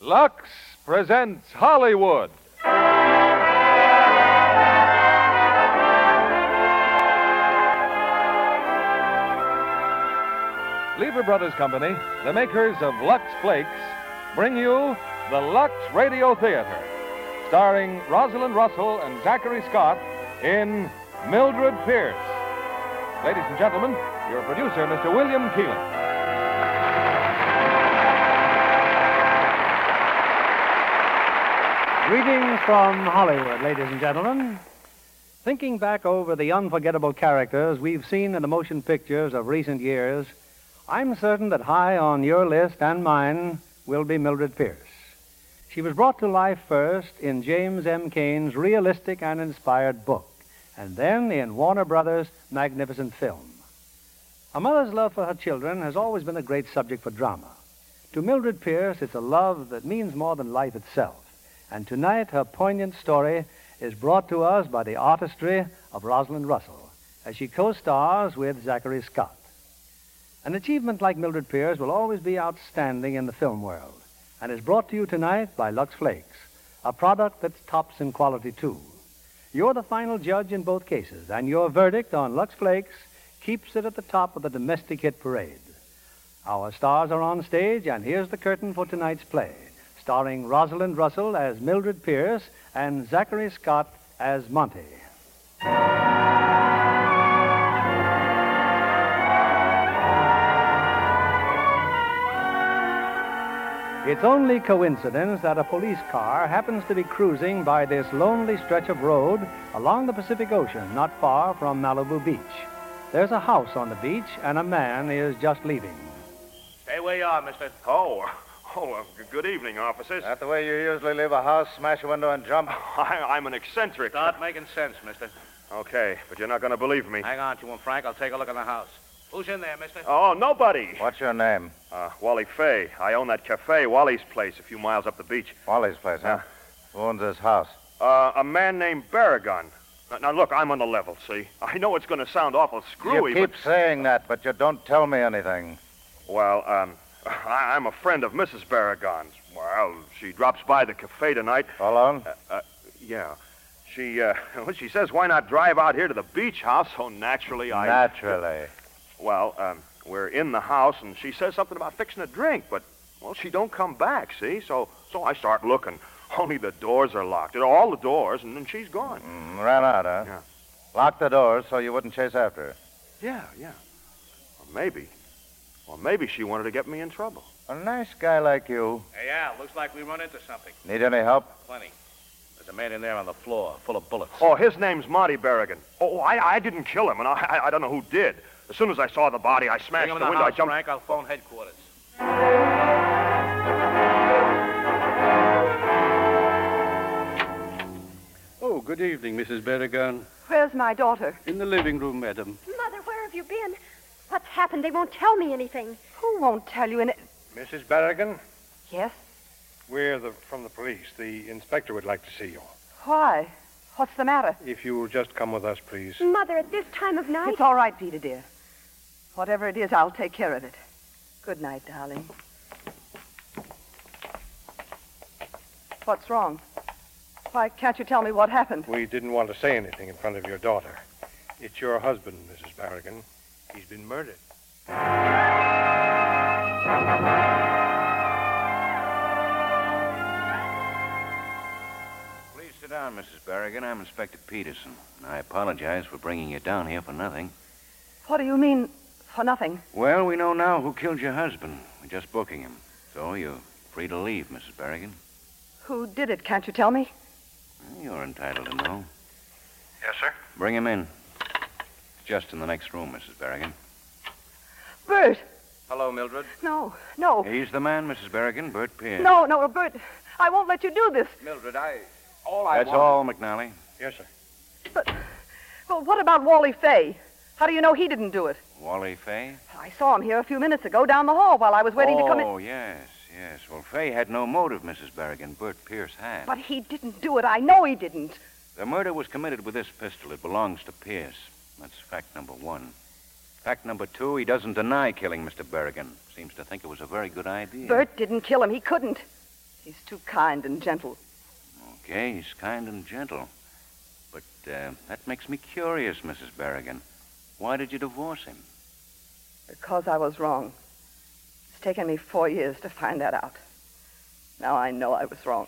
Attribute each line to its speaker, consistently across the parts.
Speaker 1: Lux presents Hollywood. Lever Brothers Company, the makers of Lux Flakes, bring you the Lux Radio Theater, starring Rosalind Russell and Zachary Scott in Mildred Pierce. Ladies and gentlemen, your producer, Mr. William Keelan.
Speaker 2: Greetings from Hollywood, ladies and gentlemen. Thinking back over the unforgettable characters we've seen in the motion pictures of recent years, I'm certain that high on your list and mine will be Mildred Pierce. She was brought to life first in James M. Cain's realistic and inspired book, and then in Warner Brothers' magnificent film. A mother's love for her children has always been a great subject for drama. To Mildred Pierce, it's a love that means more than life itself. And tonight, her poignant story is brought to us by the artistry of Rosalind Russell as she co stars with Zachary Scott. An achievement like Mildred Pierce will always be outstanding in the film world and is brought to you tonight by Lux Flakes, a product that's tops in quality, too. You're the final judge in both cases, and your verdict on Lux Flakes keeps it at the top of the domestic hit parade. Our stars are on stage, and here's the curtain for tonight's play, starring Rosalind Russell as Mildred Pierce and Zachary Scott as Monty. It's only coincidence that a police car happens to be cruising by this lonely stretch of road along the Pacific Ocean, not far from Malibu Beach. There's a house on the beach, and a man is just leaving.
Speaker 3: Stay where you are, mister.
Speaker 4: Oh, oh, uh, g- good evening, officers.
Speaker 5: That the way you usually leave a house, smash a window, and jump?
Speaker 4: I, am an eccentric.
Speaker 3: Start making sense, mister.
Speaker 4: Okay, but you're not going to believe me.
Speaker 3: Hang on to him, Frank. I'll take a look in the house. Who's in there, mister?
Speaker 4: Oh, nobody.
Speaker 5: What's your name?
Speaker 4: Uh, Wally Fay. I own that cafe, Wally's Place, a few miles up the beach.
Speaker 5: Wally's place, huh? Who owns this house?
Speaker 4: Uh, a man named Barragon. Now, now, look, I'm on the level, see? I know it's going to sound awful screwy,
Speaker 5: you keep saying that, but you don't tell me anything.
Speaker 4: but... Well, um, I, I'm a friend of Mrs. Barragon's. Well, she drops by the cafe tonight.
Speaker 5: Alone?
Speaker 4: Uh, yeah. She, uh, well, she says, why not drive out here to the beach house? So naturally, I...
Speaker 5: Naturally.
Speaker 4: Well, um, we're in the house, and she says something about fixing a drink, but well, she don't come back. See, so so I start looking. Only the doors are locked. All the doors, and then she's gone.
Speaker 5: Mm, ran out, huh?
Speaker 4: Yeah.
Speaker 5: Locked the doors so you wouldn't chase after her.
Speaker 4: Yeah, yeah. Or maybe, or maybe she wanted to get me in trouble.
Speaker 5: A nice guy like you.
Speaker 3: Hey, Al, looks like we run into something.
Speaker 5: Need any help?
Speaker 3: Plenty. There's a man in there on the floor, full of bullets.
Speaker 4: Oh, his name's Monty Berrigan. Oh, I, I didn't kill him, and I, I I don't know who did. As soon as I saw the body, I smashed
Speaker 3: Bring him in
Speaker 4: the
Speaker 3: the
Speaker 4: window.
Speaker 3: house,
Speaker 4: I jumped.
Speaker 3: Frank. I'll phone headquarters.
Speaker 6: Oh, good evening, Mrs. Berrigan.
Speaker 7: Where's my daughter?
Speaker 6: In the living room, madam.
Speaker 8: Mother, where have you been? What's happened? They won't tell me anything.
Speaker 7: Who won't tell you? And
Speaker 5: Mrs. Berrigan?
Speaker 7: yes, We're the, from the police. The inspector would like to see you.
Speaker 9: Why? What's the matter?
Speaker 7: If you'll just come with us, please.
Speaker 8: Mother, at this time of night.
Speaker 9: It's all right, Peter, dear. Whatever it is, I'll take care of it. Good night, darling. What's wrong? Why can't you tell me what happened?
Speaker 7: We didn't want to say anything in front of your daughter. It's your husband, Mrs. Barrigan. He's been murdered.
Speaker 5: Please sit down, Mrs. Barrigan. I'm Inspector Peterson. I apologize for bringing you down here for nothing.
Speaker 9: What do you mean, for nothing?
Speaker 5: Well, we know now who killed your husband. We're just booking him. So you're free to leave, Mrs. Barrigan.
Speaker 9: Who did it? Can't you tell me?
Speaker 5: You're entitled to know.
Speaker 7: Yes, sir?
Speaker 5: Bring him in. It's just in the next room, Mrs. Barrigan.
Speaker 9: Bert!
Speaker 5: Hello, Mildred.
Speaker 9: No, no.
Speaker 5: He's the man, Mrs. Barrigan, Bert Pierce.
Speaker 9: Oh. No, no, Bert. I won't let you do this.
Speaker 5: Mildred, I. All
Speaker 9: I
Speaker 5: That's
Speaker 9: wanted-
Speaker 5: all, McNally.
Speaker 7: Yes, sir.
Speaker 9: Well, what about Wally Fay? How do you know he didn't do it?
Speaker 5: Wally Fay?
Speaker 9: I saw him here a few minutes ago down the hall while I was waiting to come in.
Speaker 5: Oh, yes, yes. Well, Fay had no motive, Mrs. Berrigan. Bert Pierce had.
Speaker 9: But he didn't do it. I know he didn't.
Speaker 5: The murder was committed with this pistol. It belongs to Pierce. That's fact number one. Fact number two, he doesn't deny killing Mr. Berrigan. Seems to think it was a very good idea.
Speaker 9: Bert didn't kill him. He couldn't. He's too kind and gentle.
Speaker 5: Okay, he's kind and gentle. But uh, that makes me curious, Mrs. Berrigan. Why did you divorce him?
Speaker 9: Because I was wrong. It's taken me four years to find that out. Now I know I was wrong.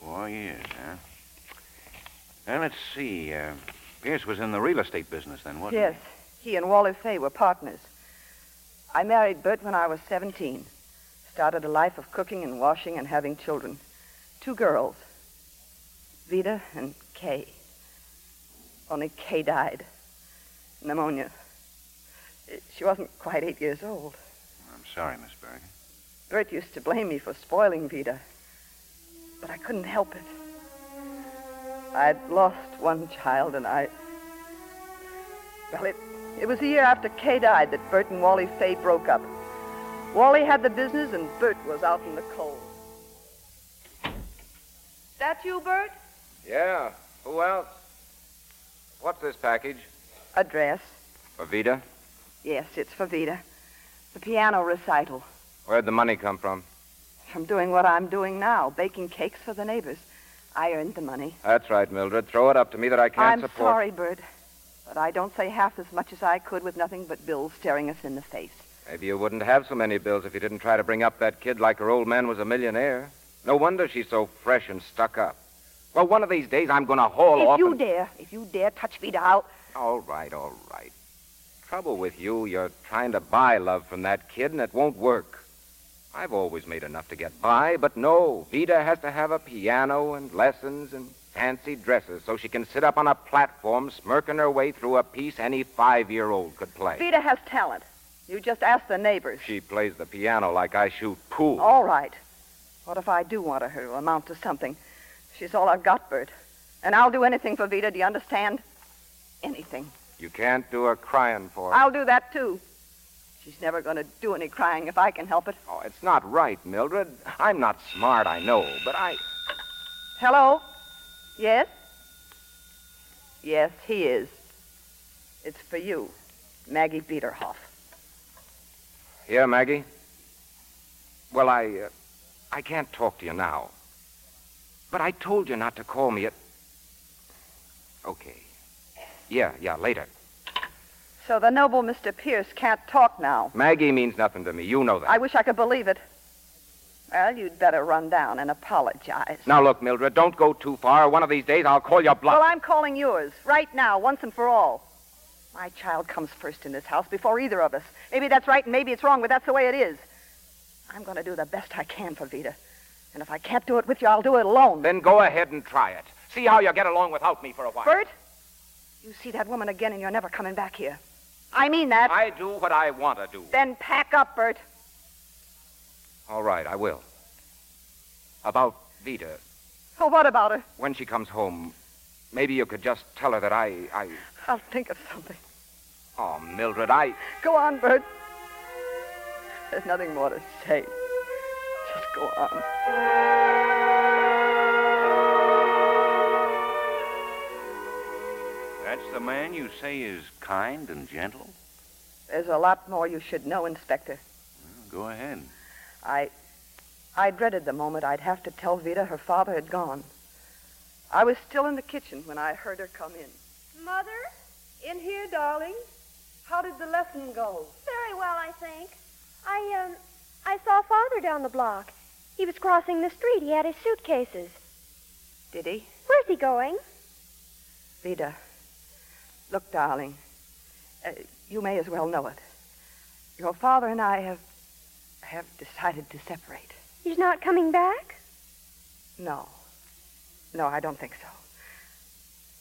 Speaker 5: Four years, huh? Now, let's see. Uh, Pierce was in the real estate business then, wasn't
Speaker 9: yes, he and Wally Fay were partners. I married Bert when I was 17. Started a life of cooking and washing and having children. Two girls, Vida and Kay. Only Kay died. Pneumonia. Eh, She wasn't quite eight years old.
Speaker 5: he? I'm sorry, Miss Berrigan.
Speaker 9: Bert used to blame me for spoiling Vida, but I couldn't help it. I'd lost one child, and I. Well, it, it was the year after Kay died that Bert and Wally Fay broke up. Wally had the business, and Bert was out in the cold. That you, Bert?
Speaker 10: Yeah. Who else? What's this package?
Speaker 9: A dress.
Speaker 10: For Vida?
Speaker 9: Yes, it's for Vida. The piano recital.
Speaker 10: Where'd the money come from?
Speaker 9: From doing what I'm doing now, baking cakes for the neighbors. I earned the money.
Speaker 10: That's right, Mildred. Throw it up to me that I can't
Speaker 9: I'm
Speaker 10: support.
Speaker 9: sorry, Bert, but I don't say half as much as I could with nothing but bills staring us in the face.
Speaker 10: Maybe you wouldn't have so many bills if you didn't try to bring up that kid like her old man was a millionaire. No wonder she's so fresh and stuck up. Well, one of these days I'm going to haul
Speaker 9: if
Speaker 10: off.
Speaker 9: you
Speaker 10: and-
Speaker 9: dare, if you dare touch Vida, I'll.
Speaker 10: All right, all right. Trouble with you, you're trying to buy love from that kid, and it won't work. I've always made enough to get by, but no, Vida has to have a piano and lessons and fancy dresses so she can sit up on a platform smirking her way through a piece any five year old could play.
Speaker 9: Vida has talent. You just ask the neighbors.
Speaker 10: She plays the piano like I shoot pool.
Speaker 9: All right. What if I do want her to amount to something? She's all I've got, Bert. And I'll do anything for Vida, do you understand? Anything.
Speaker 10: You can't do her crying for her.
Speaker 9: I'll do that, too. She's never going to do any crying if I can help it.
Speaker 10: Oh, it's not right, Mildred. I'm not smart, I know, but I.
Speaker 9: Hello? Yes? Yes, he is. It's for you, Maggie Biederhoff.
Speaker 10: Here, Maggie. Well, I. Uh, I can't talk to you now. But I told you not to call me at. Okay. Yeah, yeah, later.
Speaker 9: So the noble Mr. Pierce can't talk now.
Speaker 10: Maggie means nothing to me. You know that.
Speaker 9: I wish I could believe it. Well, you'd better run down and apologize.
Speaker 10: Now, look, Mildred, don't go too far. One of these days I'll call your bluff.
Speaker 9: Well, I'm calling yours, right now, once and for all. My child comes first in this house before either of us. Maybe that's right and maybe it's wrong, but that's the way it is. I'm going to do the best I can for Vida. And if I can't do it with you, I'll do it alone.
Speaker 10: Then go ahead and try it. See how you get along without me for a while.
Speaker 9: Bert, you see that woman again and you're never coming back here. I mean that.
Speaker 10: I do what I want to do.
Speaker 9: Then pack up, Bert.
Speaker 10: All right, I will. About Vida,
Speaker 9: Oh, what about her?
Speaker 10: when she comes home, maybe you could just tell her that I. I...
Speaker 9: I'll think of something.
Speaker 10: Oh, Mildred, I.
Speaker 9: Go on, Bert. There's nothing more to say. Just go on.
Speaker 3: That's the man you say is kind and gentle?
Speaker 9: There's a lot more you should know, Inspector.
Speaker 3: Go ahead.
Speaker 9: I. I dreaded the moment I'd have to tell Vida her father had gone. I was still in the kitchen when I heard her come in.
Speaker 8: Mother, in here, darling. How did the lesson go? Very well, I think. I um, I saw Father down the block. He was crossing the street. He had his suitcases.
Speaker 9: Did he?
Speaker 8: Where's he going?
Speaker 9: Vida. Look, darling. Uh, you may as well know it. Your father and I have. have decided to separate.
Speaker 8: He's not coming back.
Speaker 9: No. No, I don't think so.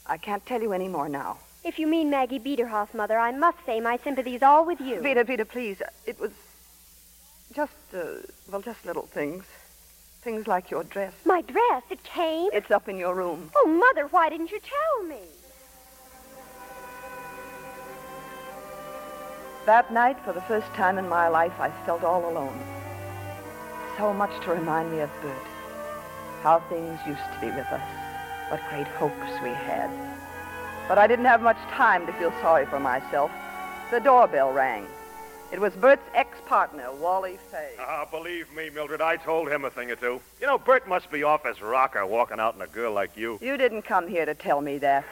Speaker 9: I can't tell you any more now.
Speaker 8: If you mean Maggie Biederhoff, Mother, I must say my sympathy's all with you.
Speaker 9: Vida, Vida, please. It was just, uh, well, just little things. Things like your dress.
Speaker 8: My dress, it came.
Speaker 9: It's up in your room.
Speaker 8: Oh, Mother, why didn't you tell me?
Speaker 9: That night, for the first time in my life, I felt all alone. So much to remind me of Bert. How things used to be with us. What great hopes we had. But I didn't have much time to feel sorry for myself. The doorbell rang. It was Bert's ex-partner, Wally Fay.
Speaker 4: Ah, believe me, Mildred, I told him a thing or two. You know, Bert must be off his rocker walking out on a girl like you.
Speaker 9: You didn't come here to tell me that.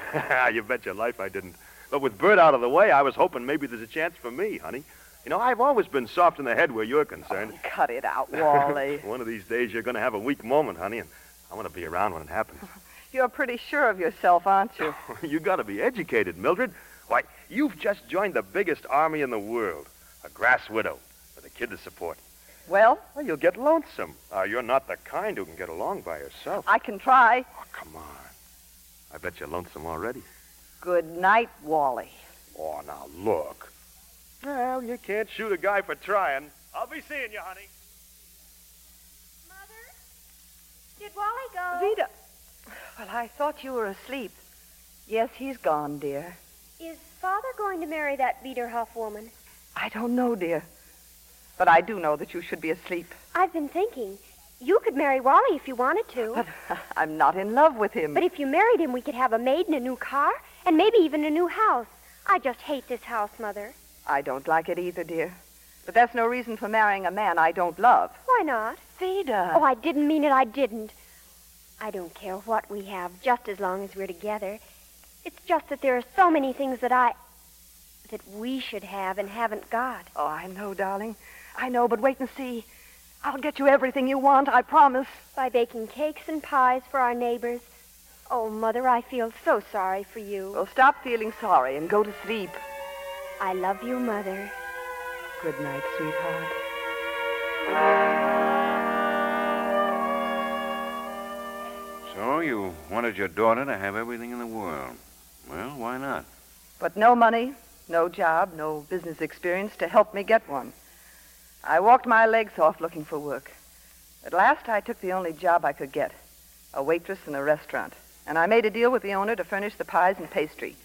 Speaker 4: you bet your life I didn't. But with Bert out of the way, I was hoping maybe there's a chance for me, honey. You know, I've always been soft in the head where you're concerned.
Speaker 9: Cut it out, Wally.
Speaker 4: One of these days, you're going to have a weak moment, honey, and I want to be around when it happens.
Speaker 9: You're pretty sure of yourself, aren't you?
Speaker 4: you got to be educated, Mildred. Why, you've just joined the biggest army in the world a grass widow with a kid to support.
Speaker 9: Well?
Speaker 4: Well, you'll get lonesome. Uh, you're not the kind who can get along by herself.
Speaker 9: I can try.
Speaker 4: Come on. I bet you're lonesome already.
Speaker 9: Good night, Wally.
Speaker 4: Oh, now look. Well, you can't shoot a guy for trying. I'll be seeing you, honey.
Speaker 8: Did Wally go?
Speaker 9: Vida. Well, I thought you were asleep. Yes, he's gone, dear.
Speaker 8: Is Father going to marry that Biederhoff woman?
Speaker 9: I don't know, dear. But I do know that you should be asleep.
Speaker 8: I've been thinking. You could marry Wally if you wanted to. But,
Speaker 9: I'm not in love with him.
Speaker 8: if you married him, we could have a maid and a new car, and maybe even a new house. I just hate this house, Mother.
Speaker 9: I don't like it either, dear. But that's no reason for marrying a man I don't love.
Speaker 8: Why not?
Speaker 9: Vida.
Speaker 8: Oh, I didn't mean it. I didn't. I don't care what we have, just as long as we're together. It's just that there are so many things that I. that we should have and haven't got.
Speaker 9: Oh, I know, darling. I know, but wait and see. I'll get you everything you want, I promise.
Speaker 8: By baking cakes and pies for our neighbors. Oh, Mother, I feel so sorry for you.
Speaker 9: Well, stop feeling sorry and go to sleep.
Speaker 8: I love you, Mother.
Speaker 9: Good night, sweetheart.
Speaker 3: So you wanted your daughter to have everything in the world. Well, why not?
Speaker 9: But no money, no job, no business experience to help me get one. I walked my legs off looking for work. At last, I took the only job I could get a waitress in a restaurant. And I made a deal with the owner to furnish the pies and pastry.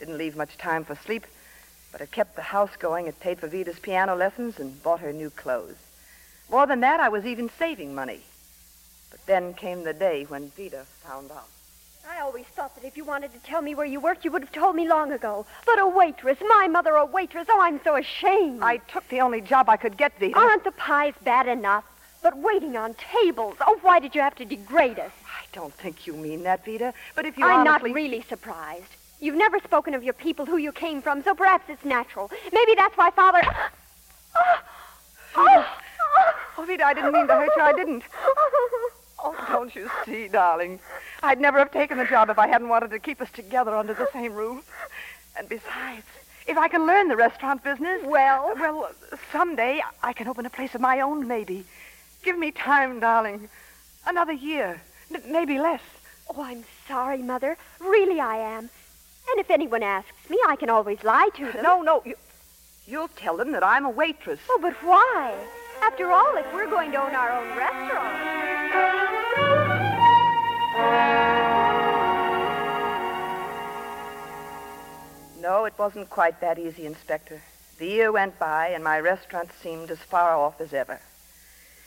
Speaker 9: Didn't leave much time for sleep, but it kept the house going. It paid for Vida's piano lessons and bought her new clothes. More than that, I was even saving money. But then came the day when Vida found out.
Speaker 8: I always thought that if you wanted to tell me where you worked, you would have told me long ago. But a waitress, my mother, a waitress. Oh, I'm so ashamed.
Speaker 9: I took the only job I could get, Vida.
Speaker 8: Aren't the pies bad enough? But waiting on tables. Oh, why did you have to degrade us?
Speaker 9: I don't think you mean that, Vida. But if you
Speaker 8: I'm
Speaker 9: honestly...
Speaker 8: not really surprised. You've never spoken of your people, who you came from, so perhaps it's natural. Maybe that's why Father.
Speaker 9: Oh, oh, Vida, I didn't mean to hurt you. I didn't. Oh, don't you see, darling? I'd never have taken the job if I hadn't wanted to keep us together under the same roof. And besides, if I can learn the restaurant business,
Speaker 8: Well,
Speaker 9: well, someday I can open a place of my own, maybe. Give me time, darling. Another year, n- maybe less.
Speaker 8: oh, I'm sorry, Mother. Really, I am. And if anyone asks me, I can always lie to them.
Speaker 9: No, no, you, you'll tell them that I'm a waitress.
Speaker 8: Oh, but why? After all, if we're going to own our own restaurant.
Speaker 9: No, it wasn't quite that easy, Inspector. The year went by, and my restaurant seemed as far off as ever.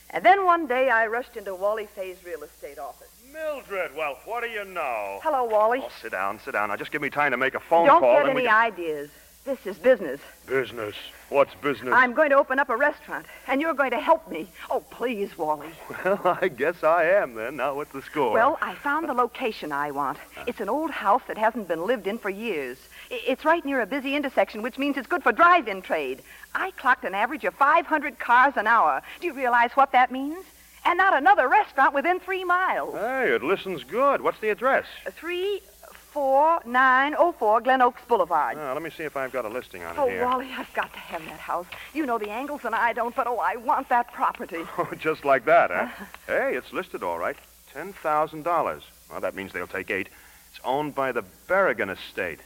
Speaker 9: And then one day I rushed into Wally Fay's real estate office.
Speaker 4: Mildred, well, what do you know?
Speaker 9: Hello, Wally.
Speaker 4: Oh, sit down, sit down. Now, just give me time to make a phone
Speaker 9: Don't
Speaker 4: call.
Speaker 9: get
Speaker 4: then we
Speaker 9: any
Speaker 4: can-
Speaker 9: ideas. This is business.
Speaker 4: Business. What's business?
Speaker 9: I'm going to open up a restaurant, and you're going to help me. Oh, please, Wally.
Speaker 4: Well, I guess I am then. Now, what's the score?
Speaker 9: Well, I found the location I want. It's an old house that hasn't been lived in for years. I- It's right near a busy intersection, which means it's good for drive-in trade. I clocked an average of 500 cars an hour. Do you realize what that means? And not another restaurant within three miles.
Speaker 4: Hey, it listens good. What's the address?
Speaker 9: 34904 oh, Glen Oaks Boulevard.
Speaker 4: Now, Ah, let me see if I've got a listing on
Speaker 9: oh,
Speaker 4: it here.
Speaker 9: Wally, I've got to have that house. You know the angles, and I don't, but oh, I want that property.
Speaker 4: Oh, Just like that, huh?
Speaker 9: Uh-huh.
Speaker 4: hey, it's listed all right. Ten thousand dollars. Well, that means they'll take eight. It's owned by the Berrigan Estate.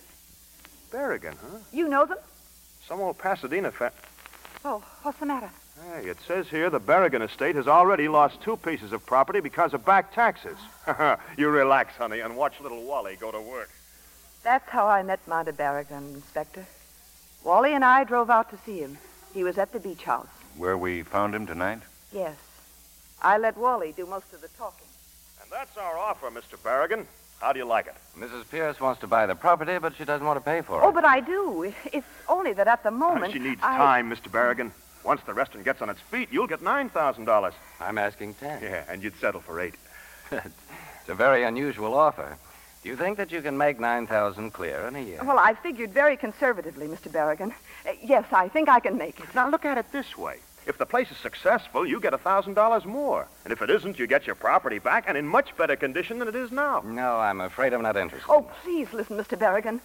Speaker 4: Berrigan, huh?
Speaker 9: You know them?
Speaker 4: Some old Pasadena fa-
Speaker 9: Oh, what's the matter?
Speaker 4: Hey, it says here the Berrigan estate has already lost two pieces of property because of back taxes. you relax, honey, and watch little Wally go to work.
Speaker 9: That's how I met Monta Barrigan, Inspector. Wally and I drove out to see him. He was at the beach house.
Speaker 3: Where we found him tonight?
Speaker 9: Yes. I let Wally do most of the talking.
Speaker 4: And that's our offer, Mr. Berrigan. How do you like it?
Speaker 10: Mrs. Pierce wants to buy the property, but she doesn't want to pay for it.
Speaker 9: Oh, but I do. It's only that at the moment.
Speaker 4: She needs
Speaker 9: I-
Speaker 4: time, Mr. Berrigan. Once the restaurant gets on its feet, you'll get nine thousand dollars. I'm asking ten. Yeah, and you'd settle for eight.
Speaker 10: it's a very unusual offer. Do you think that you can make 9000 clear in a year?
Speaker 9: Well, I figured very conservatively, Mr. Barrigan. Uh, yes, I think I can make it.
Speaker 4: Now, look at it this way. If the place is successful, you get a thousand dollars more. And if it isn't, you get your property back and in much better condition than it is now.
Speaker 10: No, I'm afraid I'm not interested.
Speaker 9: Oh, please listen, Mr. Barrigan.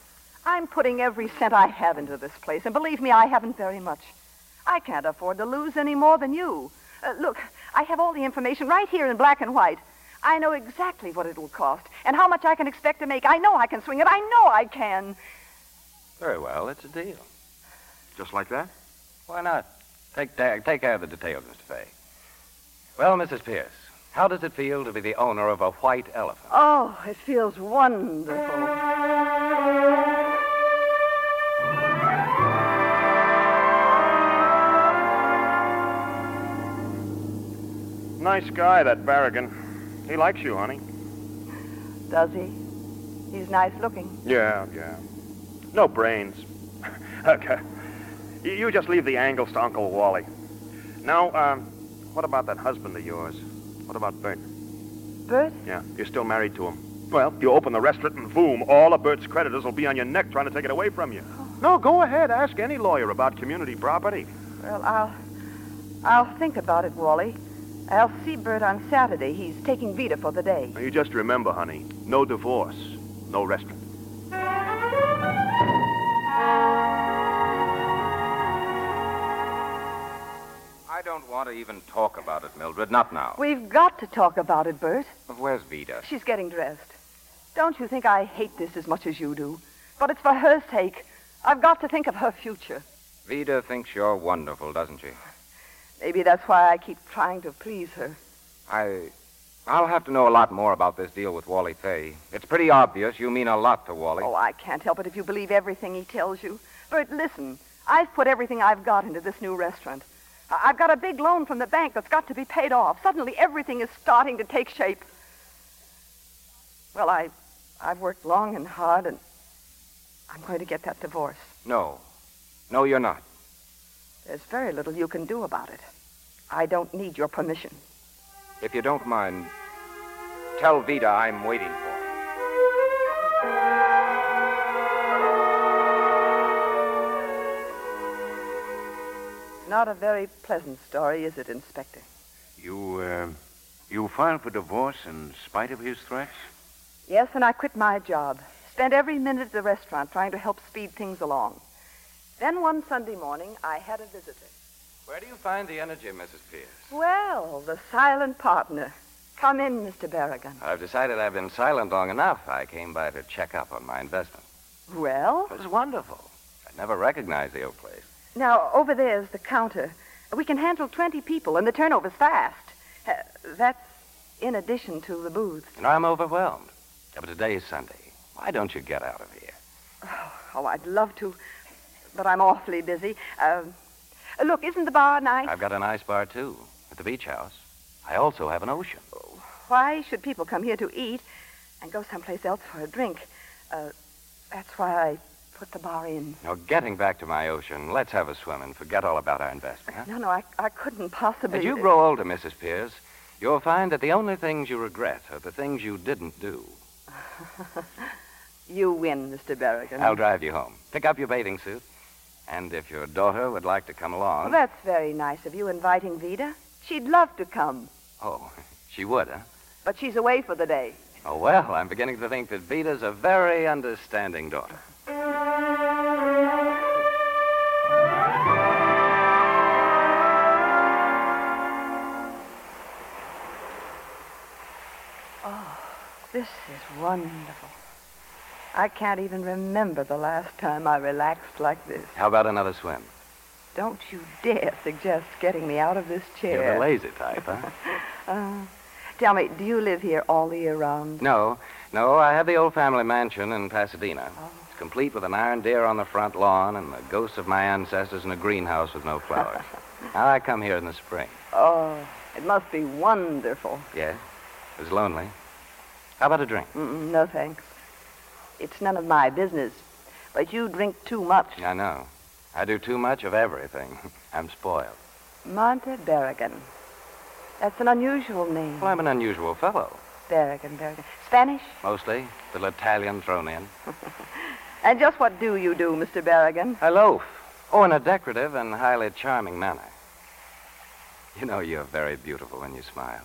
Speaker 9: I'm putting every cent I have into this place, and believe me, I haven't very much. I can't afford to lose any more than you. Uh, look, I have all the information right here in black and white. I know exactly what it will cost and how much I can expect to make. I know I can swing it. I know I can.
Speaker 10: Very well, it's a deal.
Speaker 4: Just like that?
Speaker 10: Why not? Take, ta- take care of the details, Mr. Fay. Well, Mrs. Pierce, how does it feel to be the owner of a white elephant?
Speaker 9: Oh, it feels wonderful.
Speaker 4: Nice guy, that Barrigan. He likes you, honey.
Speaker 9: Does he? He's nice looking.
Speaker 4: Yeah, yeah. No brains. okay. You- You just leave the angles to Uncle Wally. Now, um, what about that husband of yours? What about Bert?
Speaker 9: Bert?
Speaker 4: Yeah, you're still married to him. Well, you open the restaurant and boom, all of Bert's creditors will be on your neck trying to take it away from you. No, go ahead. Ask any lawyer about community property.
Speaker 9: Well, I'll I'll think about it, Wally. I'll see Bert on Saturday. He's taking Vita for the day.
Speaker 4: Now, you just remember, honey, no divorce, no restaurant.
Speaker 10: I don't want to even talk about it, Mildred. Not now.
Speaker 9: We've got to talk about it, Bert.
Speaker 10: Where's Vida?
Speaker 9: She's getting dressed. Don't you think I hate this as much as you do? But it's for her sake. I've got to think of her future.
Speaker 10: Vida thinks you're wonderful, doesn't she?
Speaker 9: Maybe that's why I keep trying to please her.
Speaker 10: I. I'll have to know a lot more about this deal with Wally Fay. It's pretty obvious you mean a lot to Wally.
Speaker 9: Oh, I can't help it if you believe everything he tells you. Bert, listen. I've put everything I've got into this new restaurant. I- I've got a big loan from the bank that's got to be paid off. Suddenly, everything is starting to take shape. Well, I, I've worked long and hard, and I'm going to get that divorce.
Speaker 10: No. No, you're not.
Speaker 9: There's very little you can do about it. I don't need your permission.
Speaker 10: If you don't mind, tell Vida I'm waiting for her.
Speaker 9: Not a very pleasant story, is it, Inspector?
Speaker 3: You, uh, you filed for divorce in spite of his threats?
Speaker 9: Yes, and I quit my job. Spent every minute at the restaurant trying to help speed things along. Then one Sunday morning, I had a visitor.
Speaker 10: Where do you find the energy, Mrs. Pierce?
Speaker 9: Well, the silent partner. Come in, Mr. Barrigan.
Speaker 10: I've decided I've been silent long enough. I came by to check up on my investment.
Speaker 9: Well?
Speaker 10: It was wonderful. I never recognized the old place.
Speaker 9: Now, over there's the counter. We can handle 20 people, and the turnover's fast. Uh, that's in addition to the booth.
Speaker 10: You know, I'm overwhelmed. Yeah, but today is Sunday. Why don't you get out of here?
Speaker 9: Oh, I'd love to, but I'm awfully busy. Um, look, isn't the bar nice?
Speaker 10: I've got an ice bar, too, at the beach house.
Speaker 3: I also have an ocean.
Speaker 9: Why should people come here to eat and go someplace else for a drink? Uh, that's why I put the bar in.
Speaker 3: Now, getting back to my ocean, let's have a swim and forget all about our investment, huh?
Speaker 9: No, no, I, I couldn't possibly.
Speaker 3: As you grow older, Mrs. Pierce, you'll find that the only things you regret are the things you didn't do.
Speaker 9: You win, Mr. Berrigan.
Speaker 3: I'll drive you home. Pick up your bathing suit. And if your daughter would like to come
Speaker 9: Well,
Speaker 3: along.
Speaker 9: that's very nice of you inviting Vida. She'd love to come,
Speaker 3: Oh, she would, huh?
Speaker 9: but she's away for the day.
Speaker 3: Oh, well, I'm beginning to think that Vita's a very understanding daughter.
Speaker 9: Oh, this is wonderful. I can't even remember the last time I relaxed like this.
Speaker 3: How about another swim?
Speaker 9: Don't you dare suggest getting me out of this chair.
Speaker 3: You're the lazy type, huh?
Speaker 9: Uh, tell me, do you live here all the year round?
Speaker 3: no, no, I have the old family mansion in Pasadena. It's complete with an iron deer on the front lawn and the ghosts of my ancestors in a greenhouse with no flowers. now I come here in the spring.
Speaker 9: Oh, it must be wonderful.
Speaker 3: Yes, it was lonely. How about a drink?
Speaker 9: Mm-mm, no thanks. It's none of my business. But you drink too much.
Speaker 3: I know. I do too much of everything. I'm spoiled.
Speaker 9: Monte Berrigan. That's an unusual name.
Speaker 3: Well, I'm an unusual fellow.
Speaker 9: Berrigan, Berrigan. Spanish?
Speaker 3: Mostly, little Italian thrown in.
Speaker 9: And just what do you do, Mr. Berrigan?
Speaker 3: I loaf. Oh, in a decorative and highly charming manner. You know, you're very beautiful when you smile.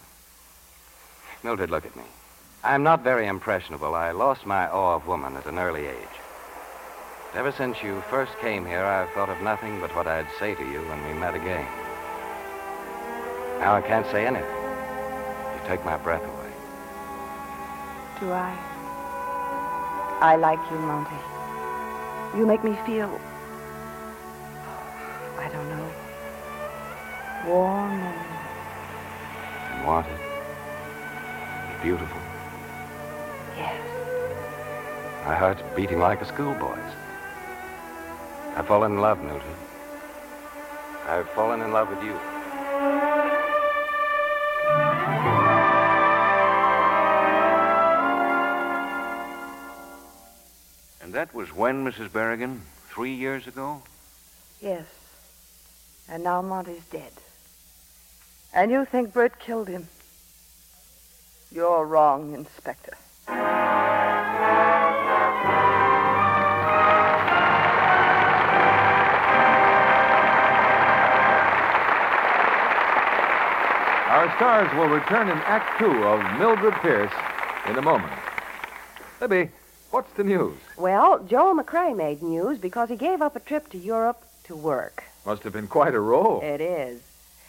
Speaker 3: Mildred, look at me. I'm not very impressionable. I lost my awe of woman at an early age. But ever since you first came here, I've thought of nothing but what I'd say to you when we met again. Now I can't say anything. You take my breath away.
Speaker 9: Do I? I like you, Monty. You make me feel. I don't know. Warm and.
Speaker 3: And want it. You're beautiful.
Speaker 9: Yes.
Speaker 3: My heart's beating like a schoolboy's. I've fallen in love, Mildred. I've fallen in love with you. And that was when, Mrs. Berrigan? Three years ago?
Speaker 9: Yes. And now Monty's dead. And you think Bert killed him? You're wrong, Inspector.
Speaker 1: Our stars will return in Act Two of Mildred Pierce in a moment. Libby, what's the news?
Speaker 11: Well, Joel McCrae made news because he gave up a trip to Europe to work.
Speaker 1: Must have been quite a
Speaker 10: Oh.
Speaker 1: roll.
Speaker 11: It is.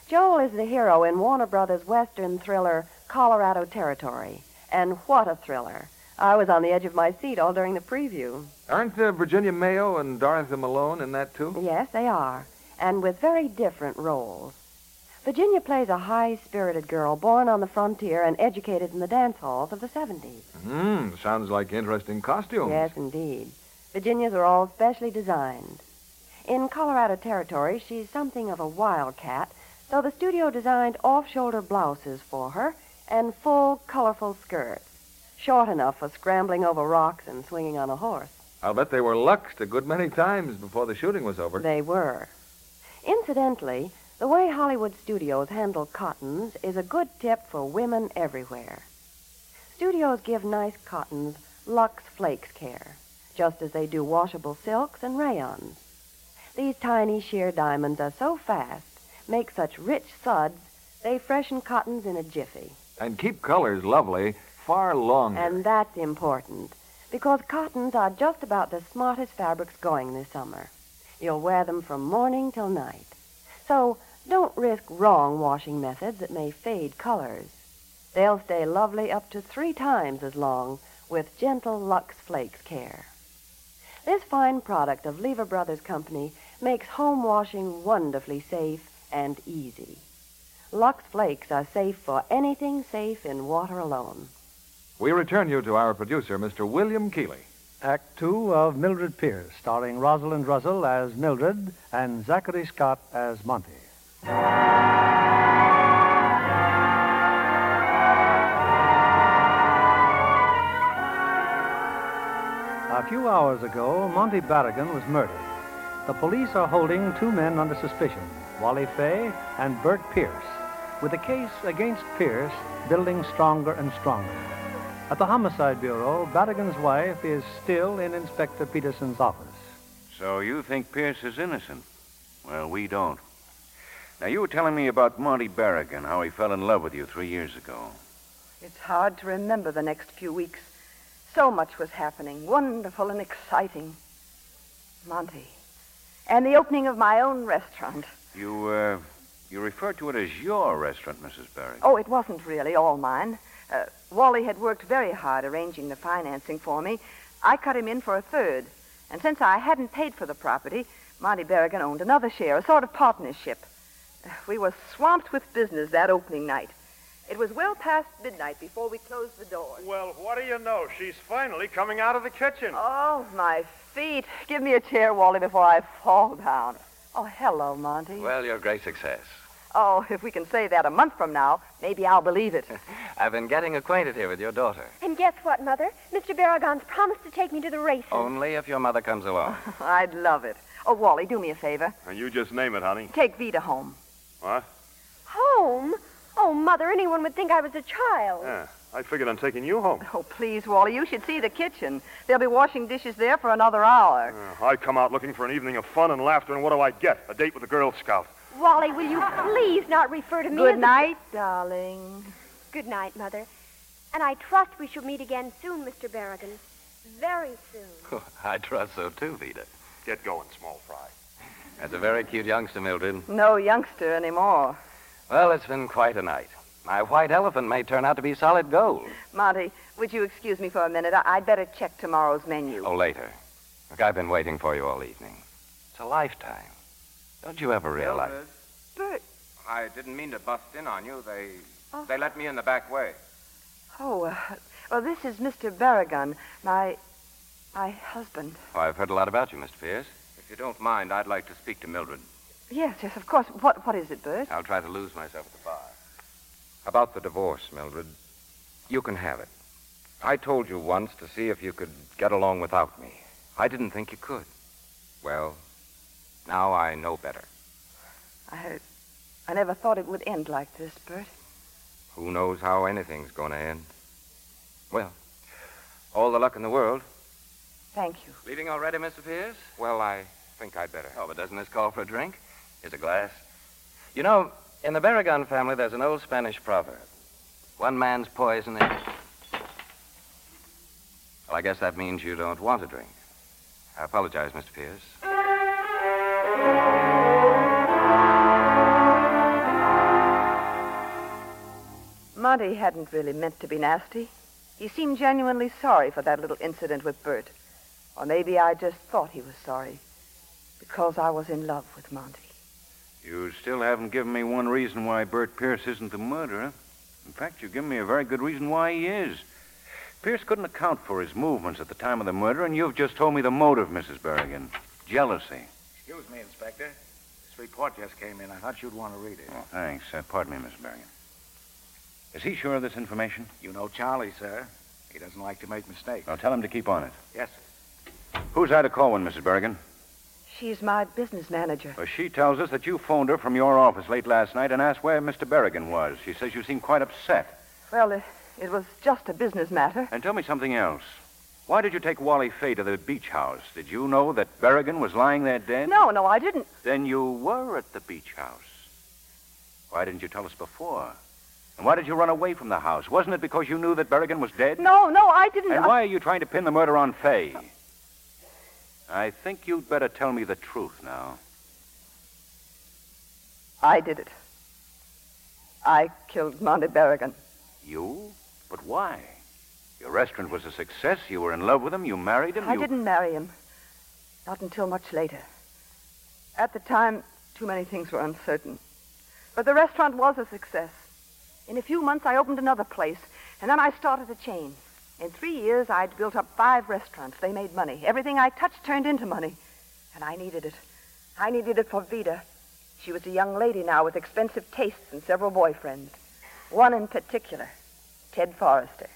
Speaker 11: Joel is the hero in Warner Brothers' Western thriller, Colorado Territory. And what a thriller. I was on the edge of my seat all during the preview.
Speaker 1: Aren't uh, Virginia Mayo and Dorothy Malone in that too?
Speaker 11: Yes, they are. And with very different roles. Virginia plays a high spirited girl born on the frontier and educated in the dance halls of the 70s.
Speaker 1: Hmm, sounds like interesting costumes.
Speaker 11: Yes, indeed. Virginias are all specially designed. In Colorado Territory, she's something of a wildcat, so the studio designed off shoulder blouses for her and full, colorful skirts, short enough for scrambling over rocks and swinging on a horse.
Speaker 1: I'll bet they were luxed a good many times before the shooting was over.
Speaker 11: They were. Incidentally, the way Hollywood studios handle cottons is a good tip for women everywhere. Studios give nice cottons Lux Flakes care, just as they do washable silks and rayons. These tiny sheer diamonds are so fast, make such rich suds, they freshen cottons in a jiffy.
Speaker 1: And keep colors lovely far longer.
Speaker 11: And that's important, because cottons are just about the smartest fabrics going this summer. You'll wear them from morning till night. So don't risk wrong washing methods that may fade colors. They'll stay lovely up to three times as long with gentle Lux Flakes care. This fine product of Lever Brothers Company makes home washing wonderfully safe and easy. Lux Flakes are safe for anything safe in water alone.
Speaker 1: We return you to our producer, Mr. William Keeley.
Speaker 2: Act two of Mildred Pierce, starring Rosalind Russell as Mildred and Zachary Scott as Monty. A few hours ago, Monty Barrigan was murdered. The police are holding two men under suspicion, Wally Fay and Bert Pierce, with the case against Pierce building stronger and stronger. At the Homicide Bureau, Barrigan's wife is still in Inspector Peterson's office.
Speaker 5: So you think Pierce is innocent? Well, we don't. Now, you were telling me about Monty Barrigan, how he fell in love with you three years ago.
Speaker 9: It's hard to remember the next few weeks. So much was happening, wonderful and exciting. Monty. And the opening of my own restaurant.
Speaker 5: You, uh, you refer to it as your restaurant, Mrs. Barrigan.
Speaker 9: Oh, it wasn't really all mine. Uh, Wally had worked very hard arranging the financing for me. I cut him in for a third. And since I hadn't paid for the property, Monty Berrigan owned another share, a sort of partnership. Uh, We were swamped with business that opening night. It was well past midnight before we closed the doors.
Speaker 4: Well, what do you know? She's finally coming out of the kitchen.
Speaker 9: Oh, my feet. Give me a chair, Wally, before I fall down. Oh, hello, Monty.
Speaker 3: Well, you're a great success.
Speaker 9: Oh, if we can say that a month from now, maybe I'll believe it.
Speaker 3: I've been getting acquainted here with your daughter.
Speaker 8: And guess what, Mother? Mr. Barragon's promised to take me to the races.
Speaker 3: Only if your mother comes along.
Speaker 9: I'd love it. Oh, Wally, do me a favor.
Speaker 4: And you just name it, honey.
Speaker 9: Take Vita home.
Speaker 4: What?
Speaker 8: Home? Oh, Mother, anyone would think I was a child.
Speaker 4: Yeah. I figured on taking you home.
Speaker 9: Oh, please, Wally, you should see the kitchen. They'll be washing dishes there for another hour.
Speaker 4: Uh, I come out looking for an evening of fun and laughter, and what do I get? A date with a Girl Scout.
Speaker 8: Wally, will you please not refer to me
Speaker 9: Good
Speaker 8: as a-
Speaker 9: night, darling.
Speaker 8: Good night, Mother. And I trust we shall meet again soon, Mr. Barrigan. Very soon.
Speaker 3: Oh, I trust so, too, Vita.
Speaker 4: Get going, small fry.
Speaker 3: That's a very cute youngster, Mildred.
Speaker 9: No youngster anymore.
Speaker 3: Well, it's been quite a night. My white elephant may turn out to be solid gold.
Speaker 9: Monty, would you excuse me for a minute? I- I'd better check tomorrow's menu.
Speaker 3: Oh, later. Look, I've been waiting for you all evening. It's a lifetime. Don't you ever realize?
Speaker 9: Bert.
Speaker 10: I didn't mean to bust in on you. They they let me in the back way.
Speaker 9: Oh, uh, well, this is Mr. Barragon, my, my husband.
Speaker 3: Oh, I've heard a lot about you, Mr. Pierce. If you don't mind, I'd like to speak to Mildred.
Speaker 9: Yes, yes, of course. What, what is it, Bert?
Speaker 3: I'll try to lose myself at the bar. About the divorce, Mildred, you can have it. I told you once to see if you could get along without me. I didn't think you could. Well, now I know better.
Speaker 9: I, I never thought it would end like this, Bert.
Speaker 3: Who knows how anything's going to end? Well, all the luck in the world.
Speaker 9: Thank you.
Speaker 3: uh, Leaving already, Mr. Pierce? Well, I think I'd better. Oh, but doesn't this call for a drink? Here's a glass. You know, in the Barragon family, there's an old Spanish proverb one man's poison is. Well, I guess that means you don't want a drink. I apologize, Mr. Pierce.
Speaker 9: Monty hadn't really meant to be nasty. He seemed genuinely sorry for that little incident with Bert. Or maybe I just thought he was sorry. Because I was in love with Monty.
Speaker 5: You still haven't given me one reason why Bert Pierce isn't the murderer. In fact, you've given me a very good reason why he is. Pierce couldn't account for his movements at the time of the murder, and you've just told me the motive, Mrs. Berrigan. Jealousy.
Speaker 12: Excuse me, Inspector. This report just came in. I thought you'd want to read it.
Speaker 5: Thanks. Uh, pardon me, Mrs. Berrigan. Is he sure of this information?
Speaker 12: You know Charlie, sir. He doesn't like to make mistakes.
Speaker 5: I'll tell him to keep on it.
Speaker 12: Yes, sir.
Speaker 5: Who's I to call on, Mrs. Berrigan?
Speaker 9: She's my business manager.
Speaker 5: Well, she tells us that you phoned her from your office late last night and asked where Mr. Berrigan was. She says you seem quite upset.
Speaker 9: Well, it, it was just a business matter.
Speaker 5: And tell me something else. Why did you take Wally Fay to the beach house? Did you know that Berrigan was lying there dead?
Speaker 9: No, no, I didn't.
Speaker 5: Then you were at the beach house. Why didn't you tell us before? And why did you run away from the house? Wasn't it because you knew that Berrigan was dead?
Speaker 9: No, no, I didn't.
Speaker 5: And
Speaker 9: I-
Speaker 5: why are you trying to pin the murder on Fay? I think you'd better tell me the truth now.
Speaker 9: I did it. I killed Monty Berrigan.
Speaker 5: You? But why? Your restaurant was a success. You were in love with him. You married him.
Speaker 9: I
Speaker 5: you...
Speaker 9: didn't marry him. Not until much later. At the time, too many things were uncertain. But the restaurant was a success. In a few months, I opened another place, and then I started a chain. In three years, I'd built up five restaurants. They made money. Everything I touched turned into money. And I needed it. I needed it for Vida. She was a young lady now with expensive tastes and several boyfriends. One in particular, Ted Forrester.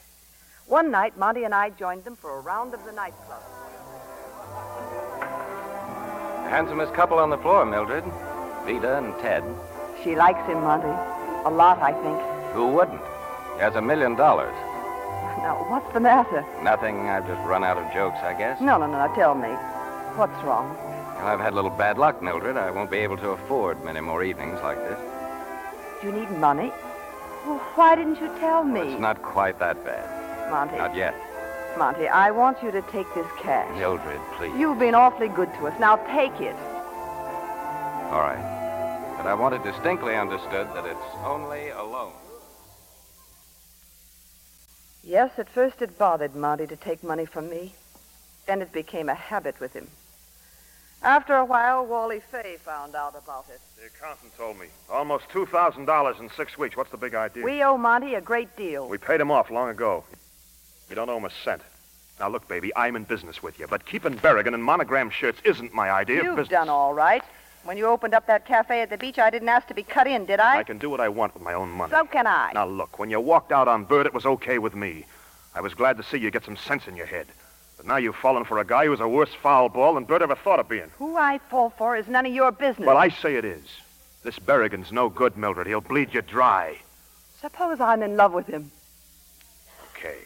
Speaker 9: One night, Monty and I joined them for a round of the nightclub.
Speaker 3: Handsomest couple on the floor, Mildred. Vida and Ted.
Speaker 9: She likes him, Monty. A lot, I think.
Speaker 3: Who wouldn't? He has a million dollars.
Speaker 9: Now, what's the matter?
Speaker 3: Nothing. I've just run out of jokes, I guess.
Speaker 9: No, no, no. Tell me. What's wrong?
Speaker 3: Well, I've had a little bad luck, Mildred. I won't be able to afford many more evenings like this.
Speaker 9: Do you need money? Well, why didn't you tell me?
Speaker 3: It's not quite that bad.
Speaker 9: Monty.
Speaker 3: Not yet.
Speaker 9: Monty, I want you to take this cash.
Speaker 3: Mildred, please.
Speaker 9: You've been awfully good to us. Now take it.
Speaker 3: All right. But I want it distinctly understood that it's only a loan.
Speaker 9: Yes, at first it bothered Monty to take money from me. Then it became a habit with him. After a while, Wally Fay found out about it.
Speaker 4: The accountant told me. Almost $2,000 in six weeks. What's the big idea?
Speaker 9: We owe Monty a great deal.
Speaker 4: We paid him off long ago. You don't owe him a cent. Now, look, baby, I'm in business with you, but keeping Berrigan in monogram shirts isn't my idea
Speaker 9: You've
Speaker 4: of business.
Speaker 9: done all right. When you opened up that cafe at the beach, I didn't ask to be cut in, did I?
Speaker 4: I can do what I want with my own money.
Speaker 9: So can I.
Speaker 4: Now, look, when you walked out on Bird, it was okay with me. I was glad to see you get some sense in your head. But now you've fallen for a guy who's a worse foul ball than Bird ever thought of being.
Speaker 9: Who I fall for is none of your business.
Speaker 4: Well, I say it is. This Berrigan's no good, Mildred. He'll bleed you dry.
Speaker 9: Suppose I'm in love with him.
Speaker 4: Okay.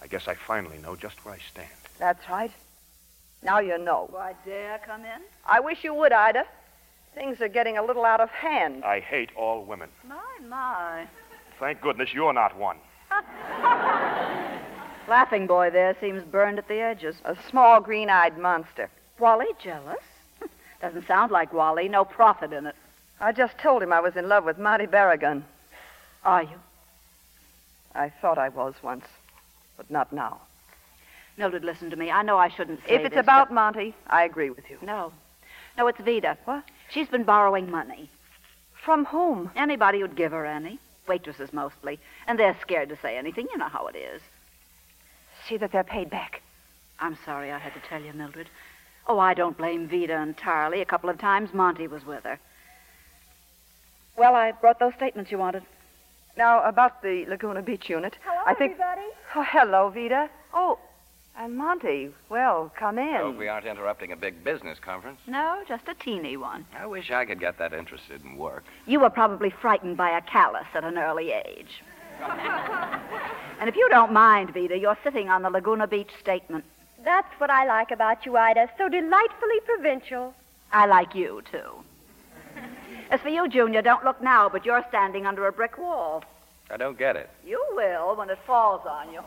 Speaker 4: I guess I finally know just where I stand.
Speaker 9: That's right. Now you know.
Speaker 13: Why, dare I come in?
Speaker 9: I wish you would, Ida. Things are getting a little out of hand.
Speaker 4: I hate all women.
Speaker 13: My, my.
Speaker 4: Thank goodness you're not one.
Speaker 13: Laughing boy there seems burned at the edges.
Speaker 9: A small green eyed monster.
Speaker 13: Wally jealous? Doesn't sound like Wally. No profit in it.
Speaker 9: I just told him I was in love with Marty Barragan.
Speaker 13: Are you?
Speaker 9: I thought I was once, but not now.
Speaker 13: Mildred, listen to me. I know I shouldn't say
Speaker 9: If it's
Speaker 13: this,
Speaker 9: about
Speaker 13: but-
Speaker 9: Monty, I agree with you.
Speaker 13: No. No, it's Vida. What? She's been borrowing money. From whom? Anybody who'd give her any. Waitresses mostly. And they're scared to say anything. You know how it is.
Speaker 9: See that they're paid back.
Speaker 13: I'm sorry I had to tell you, Mildred. Oh, I don't blame Vida entirely. A couple of times Monty was with her. Well, I brought those statements you wanted.
Speaker 9: Now, about the Laguna Beach unit. Hello, I think...
Speaker 8: everybody.
Speaker 9: Oh, hello, Vida. Oh, and Monty. Well, come in.
Speaker 3: I Hope we aren't interrupting a big business conference.
Speaker 13: No, just a teeny one.
Speaker 3: I wish I could get that interested in work.
Speaker 13: You were probably frightened by a callus at an early age. and if you don't mind, Vida, you're sitting on the Laguna Beach statement.
Speaker 8: That's what I like about you, Ida. So delightfully provincial.
Speaker 13: I like you, too. As for you, Junior, don't look now, but you're standing under a brick wall.
Speaker 3: I don't get it.
Speaker 13: You will when it falls on you.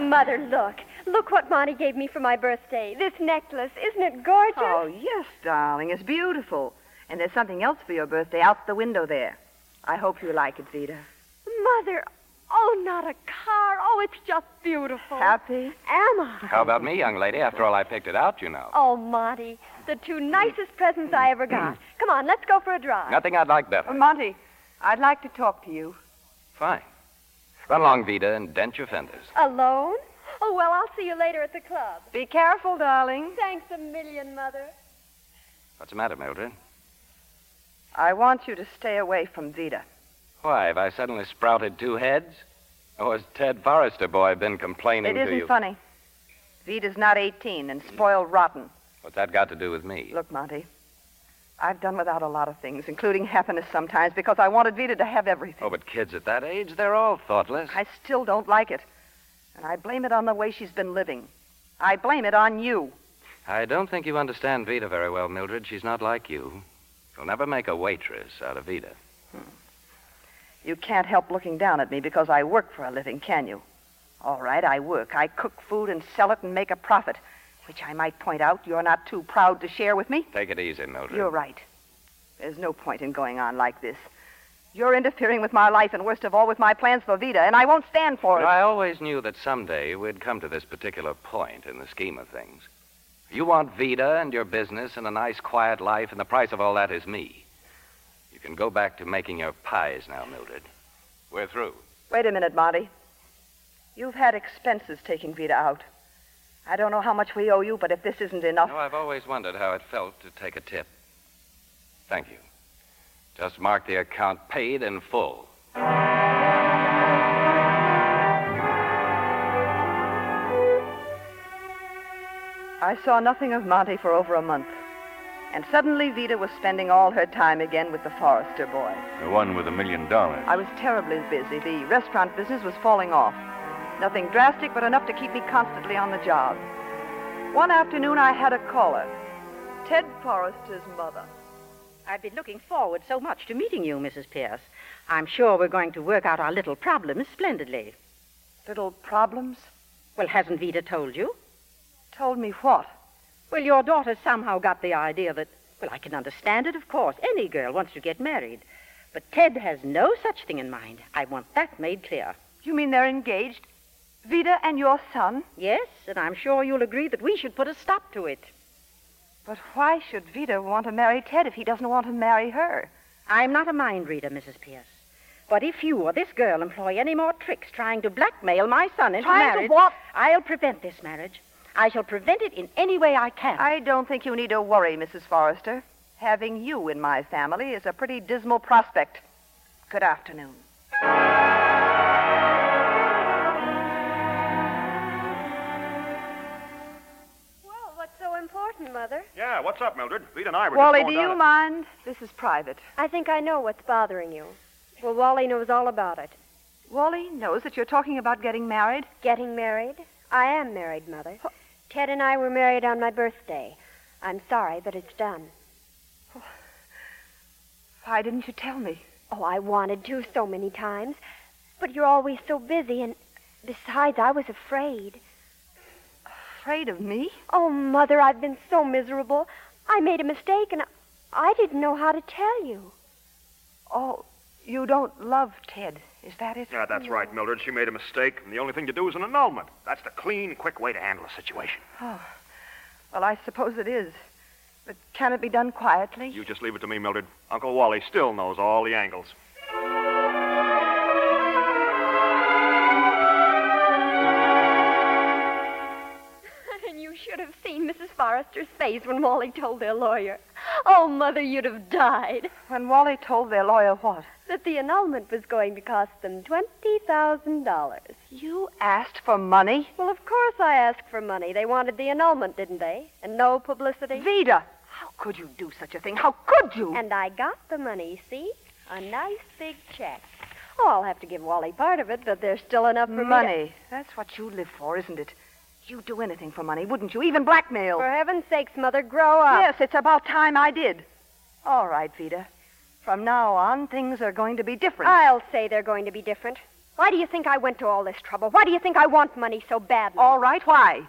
Speaker 8: Mother, look. Look what Monty gave me for my birthday. This necklace. Isn't it gorgeous?
Speaker 9: Oh, yes, darling. It's beautiful. And there's something else for your birthday out the window there. I hope you like it, Vida.
Speaker 8: Mother, oh, not a car. Oh, it's just beautiful.
Speaker 9: Happy?
Speaker 8: Am I?
Speaker 3: How about me, young lady? After all, I picked it out, you know.
Speaker 8: Oh, Monty, the two nicest presents I ever got. Come on, let's go for a drive.
Speaker 3: Nothing I'd like better.
Speaker 9: Uh, Monty, I'd like to talk to you.
Speaker 3: Fine. Run along, Vida, and dent your fenders.
Speaker 8: Alone? Oh, well, I'll see you later at the club.
Speaker 9: Be careful, darling.
Speaker 8: Thanks a million, Mother.
Speaker 3: What's the matter, Mildred?
Speaker 9: I want you to stay away from Vida.
Speaker 3: Why, have I suddenly sprouted two heads? Or has Ted Forrester boy been complaining
Speaker 9: It
Speaker 3: to you?
Speaker 9: isn't funny. Vida's not 18 and spoiled rotten.
Speaker 3: What's that got to do with me?
Speaker 9: Look, Monty, I've done without a lot of things, including happiness sometimes, because I wanted Vida to have everything.
Speaker 3: Oh, but kids at that age, they're all thoughtless.
Speaker 9: I still don't like it. And I blame it on the way she's been living. I blame it on you.
Speaker 3: I don't think you understand Vida very well, Mildred. She's not like you. You'll never make a waitress out of Vida.
Speaker 9: You can't help looking down at me because I work for a living, can you? All right, I work. I cook food and sell it and make a profit, which I might point out you're not too proud to share with me.
Speaker 3: Take it easy, Mildred.
Speaker 9: You're right. There's no point in going on like this. You're interfering with my life and, worst of all, with my plans for Vida, and I won't stand for
Speaker 3: But I
Speaker 9: it.
Speaker 3: always knew that someday we'd come to this particular point in the scheme of things. You want Vida and your business and a nice, quiet life, and the price of all that is me. You can go back to making your pies now, Mildred. We're through.
Speaker 9: Wait a minute, Monty. You've had expenses taking Vida out. I don't know how much we owe you, but if this isn't enough.
Speaker 3: No, I've always wondered how it felt to take a tip. Thank you. Just mark the account paid in full.
Speaker 9: I saw nothing of Monty for over a month. And suddenly Vida was spending all her time again with the Forrester boy.
Speaker 5: The one with a million dollars.
Speaker 9: I was terribly busy. The restaurant business was falling off. Nothing drastic, but enough to keep me constantly on the job. One afternoon, I had a caller Ted Forrester's mother.
Speaker 14: I've been looking forward so much to meeting you, Mrs. Pierce. I'm sure we're going to work out our little problems splendidly.
Speaker 9: Little problems?
Speaker 14: Well, hasn't Vida told you?
Speaker 9: Told me what?
Speaker 14: Well, your daughter somehow got the idea that, well, I can understand it, of course. Any girl wants to get married. But Ted has no such thing in mind. I want that made clear.
Speaker 9: You mean they're engaged? Vida and your son?
Speaker 14: Yes, and I'm sure you'll agree that we should put a stop to it.
Speaker 9: But why should Vida want to marry Ted if he doesn't want to marry her?
Speaker 14: I'm not a mind reader, Mrs. Pierce. But if you or this girl employ any more tricks trying to blackmail my son into
Speaker 9: Trying to
Speaker 14: marriage,
Speaker 9: what?
Speaker 14: I'll prevent this marriage. I shall prevent it in any way I can.
Speaker 9: I don't think you need to worry, Mrs. Forrester. Having you in my family is a pretty dismal prospect. Good afternoon.
Speaker 8: Well, Oh, what's so important, Mother?
Speaker 4: Yeah, what's up, Mildred? Vita and I were
Speaker 9: Wally,
Speaker 4: just
Speaker 9: do
Speaker 4: going
Speaker 9: you
Speaker 4: down
Speaker 9: mind? This is private.
Speaker 8: I think I know what's bothering you. Well, Wally knows all about it.
Speaker 9: Wally knows that you're talking about getting married.
Speaker 8: Getting married? I am married, Mother. Ted and I were married on my birthday. I'm sorry, but it's done.
Speaker 9: Why didn't you tell me?
Speaker 8: Oh, I wanted to so many times. But you're always so busy, and besides, I was afraid.
Speaker 9: Afraid of me?
Speaker 8: Oh, Mother, I've been so miserable. I made a mistake, and I- I didn't know how to tell you.
Speaker 9: Oh, you don't love Ted. Is that it?
Speaker 4: there. Yeah, that's
Speaker 9: uh,
Speaker 4: right, Mildred. She made a mistake, and the only thing to do is an annulment. That's the clean, quick way to handle a situation.
Speaker 9: Oh. Well, I suppose it is. But can it be done quietly?
Speaker 4: You just leave it to me, Mildred. Uncle Wally still knows all the angles.
Speaker 8: and you should have seen Mrs. Forrester's face when Wally told their lawyer. Oh, Mother, you'd have died.
Speaker 9: When Wally told their lawyer what?
Speaker 8: That the annulment was going to cost them $20,000.
Speaker 9: You asked for money?
Speaker 8: Well, of course I asked for money. They wanted the annulment, didn't they? And no publicity.
Speaker 9: Vida! How could you do such a thing? How could you?
Speaker 8: And I got the money, see? A nice big check. Oh, I'll have to give Wally part of it, but there's still enough for me to-
Speaker 9: money. That's what you live for, isn't it? You'd do anything for money, wouldn't you? Even blackmail.
Speaker 8: For heaven's sakes, Mother, grow up.
Speaker 9: Yes, it's about time I did. All right, Vida. From now on, things are going to be different.
Speaker 8: I'll say they're going to be different. Why do you think I went to all this trouble? Why do you think I want money so badly?
Speaker 9: All right, why?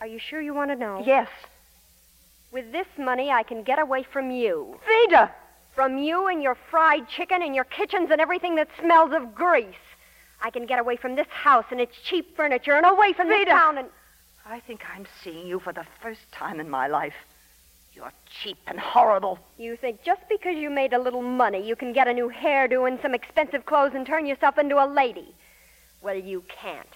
Speaker 8: Are you sure you want to know?
Speaker 9: Yes.
Speaker 8: With this money, I can get away from you.
Speaker 9: Vida!
Speaker 8: From you and your fried chicken and your kitchens and everything that smells of grease. I can get away from this house and its cheap furniture and away from this
Speaker 9: Vida!
Speaker 8: town and.
Speaker 9: I think I'm seeing you for the first time in my life. You're cheap and horrible.
Speaker 8: You think just because you made a little money, you can get a new hairdo and some expensive clothes and turn yourself into a lady? Well, you can't.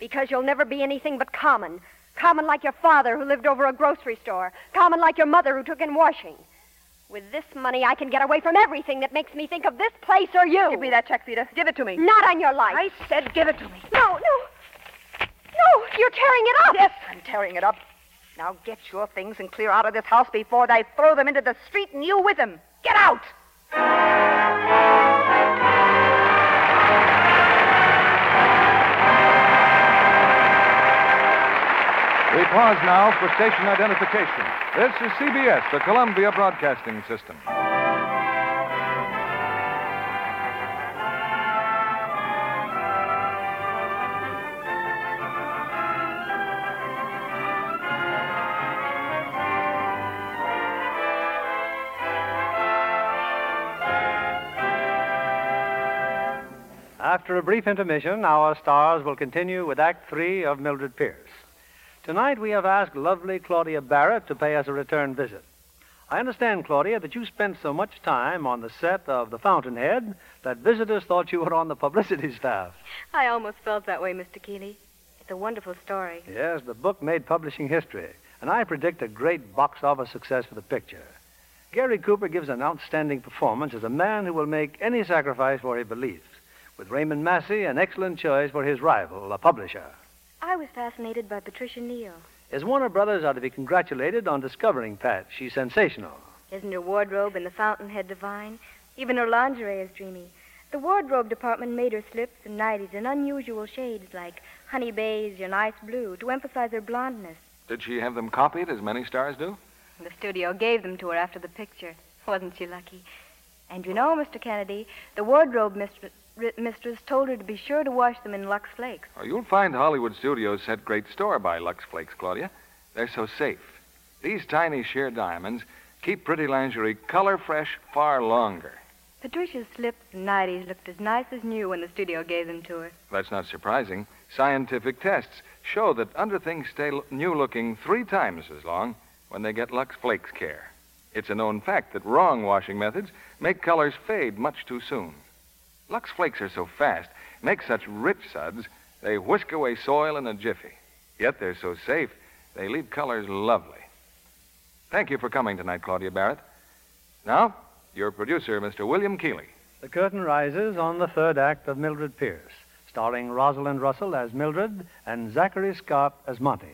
Speaker 8: Because you'll never be anything but common. Common like your father who lived over a grocery store. Common like your mother who took in washing. With this money, I can get away from everything that makes me think of this place or you.
Speaker 9: Give me that check, Vida. Give it to me.
Speaker 8: Not on your life.
Speaker 9: I said give it to me.
Speaker 8: No, no. No, you're tearing it up.
Speaker 9: Yes, I'm tearing it up. Now get your things and clear out of this house before they throw them into the street and you with them. Get out!
Speaker 1: We pause now for station identification. This is CBS, the Columbia Broadcasting System.
Speaker 2: After a brief intermission, our stars will continue with Act Three of Mildred Pierce. Tonight, we have asked lovely Claudia Barrett to pay us a return visit. I understand, Claudia, that you spent so much time on the set of The Fountainhead that visitors thought you were on the publicity staff.
Speaker 15: I almost felt that way, Mr. Keeley. It's a wonderful story.
Speaker 2: Yes, the book made publishing history, and I predict a great box office success for the picture. Gary Cooper gives an outstanding performance as a man who will make any sacrifice for his beliefs, with Raymond Massey an excellent choice for his rival, a publisher.
Speaker 15: I was fascinated by Patricia Neal.
Speaker 2: His Warner Brothers are to be congratulated on discovering Pat. She's sensational.
Speaker 15: Isn't her wardrobe in the fountainhead divine? Even her lingerie is dreamy. The wardrobe department made her slips and nighties in unusual shades like honey beige and ice blue to emphasize her blondness.
Speaker 1: Did she have them copied as many stars do?
Speaker 15: The studio gave them to her after the picture. Wasn't she lucky? And you know, Mr. Kennedy, the wardrobe mistress, mistress told her to be sure to wash them in Lux Flakes.
Speaker 1: Oh, you'll find Hollywood studios set great store by Lux Flakes, Claudia. They're so safe. These tiny sheer diamonds keep pretty lingerie color fresh far longer.
Speaker 15: Patricia's slips and nighties looked as nice as new when the studio gave them to her.
Speaker 1: That's not surprising. Scientific tests show that underthings stay l- new looking three times as long when they get Lux Flakes care. It's a known fact that wrong washing methods make colors fade much too soon. Lux Flakes are so fast, make such rich suds, they whisk away soil in a jiffy. Yet they're so safe, they leave colors lovely. Thank you for coming tonight, Claudia Barrett. Now, your producer, Mr. William Keeley.
Speaker 2: The curtain rises on the third act of Mildred Pierce, starring Rosalind Russell as Mildred and Zachary Scott as Monty.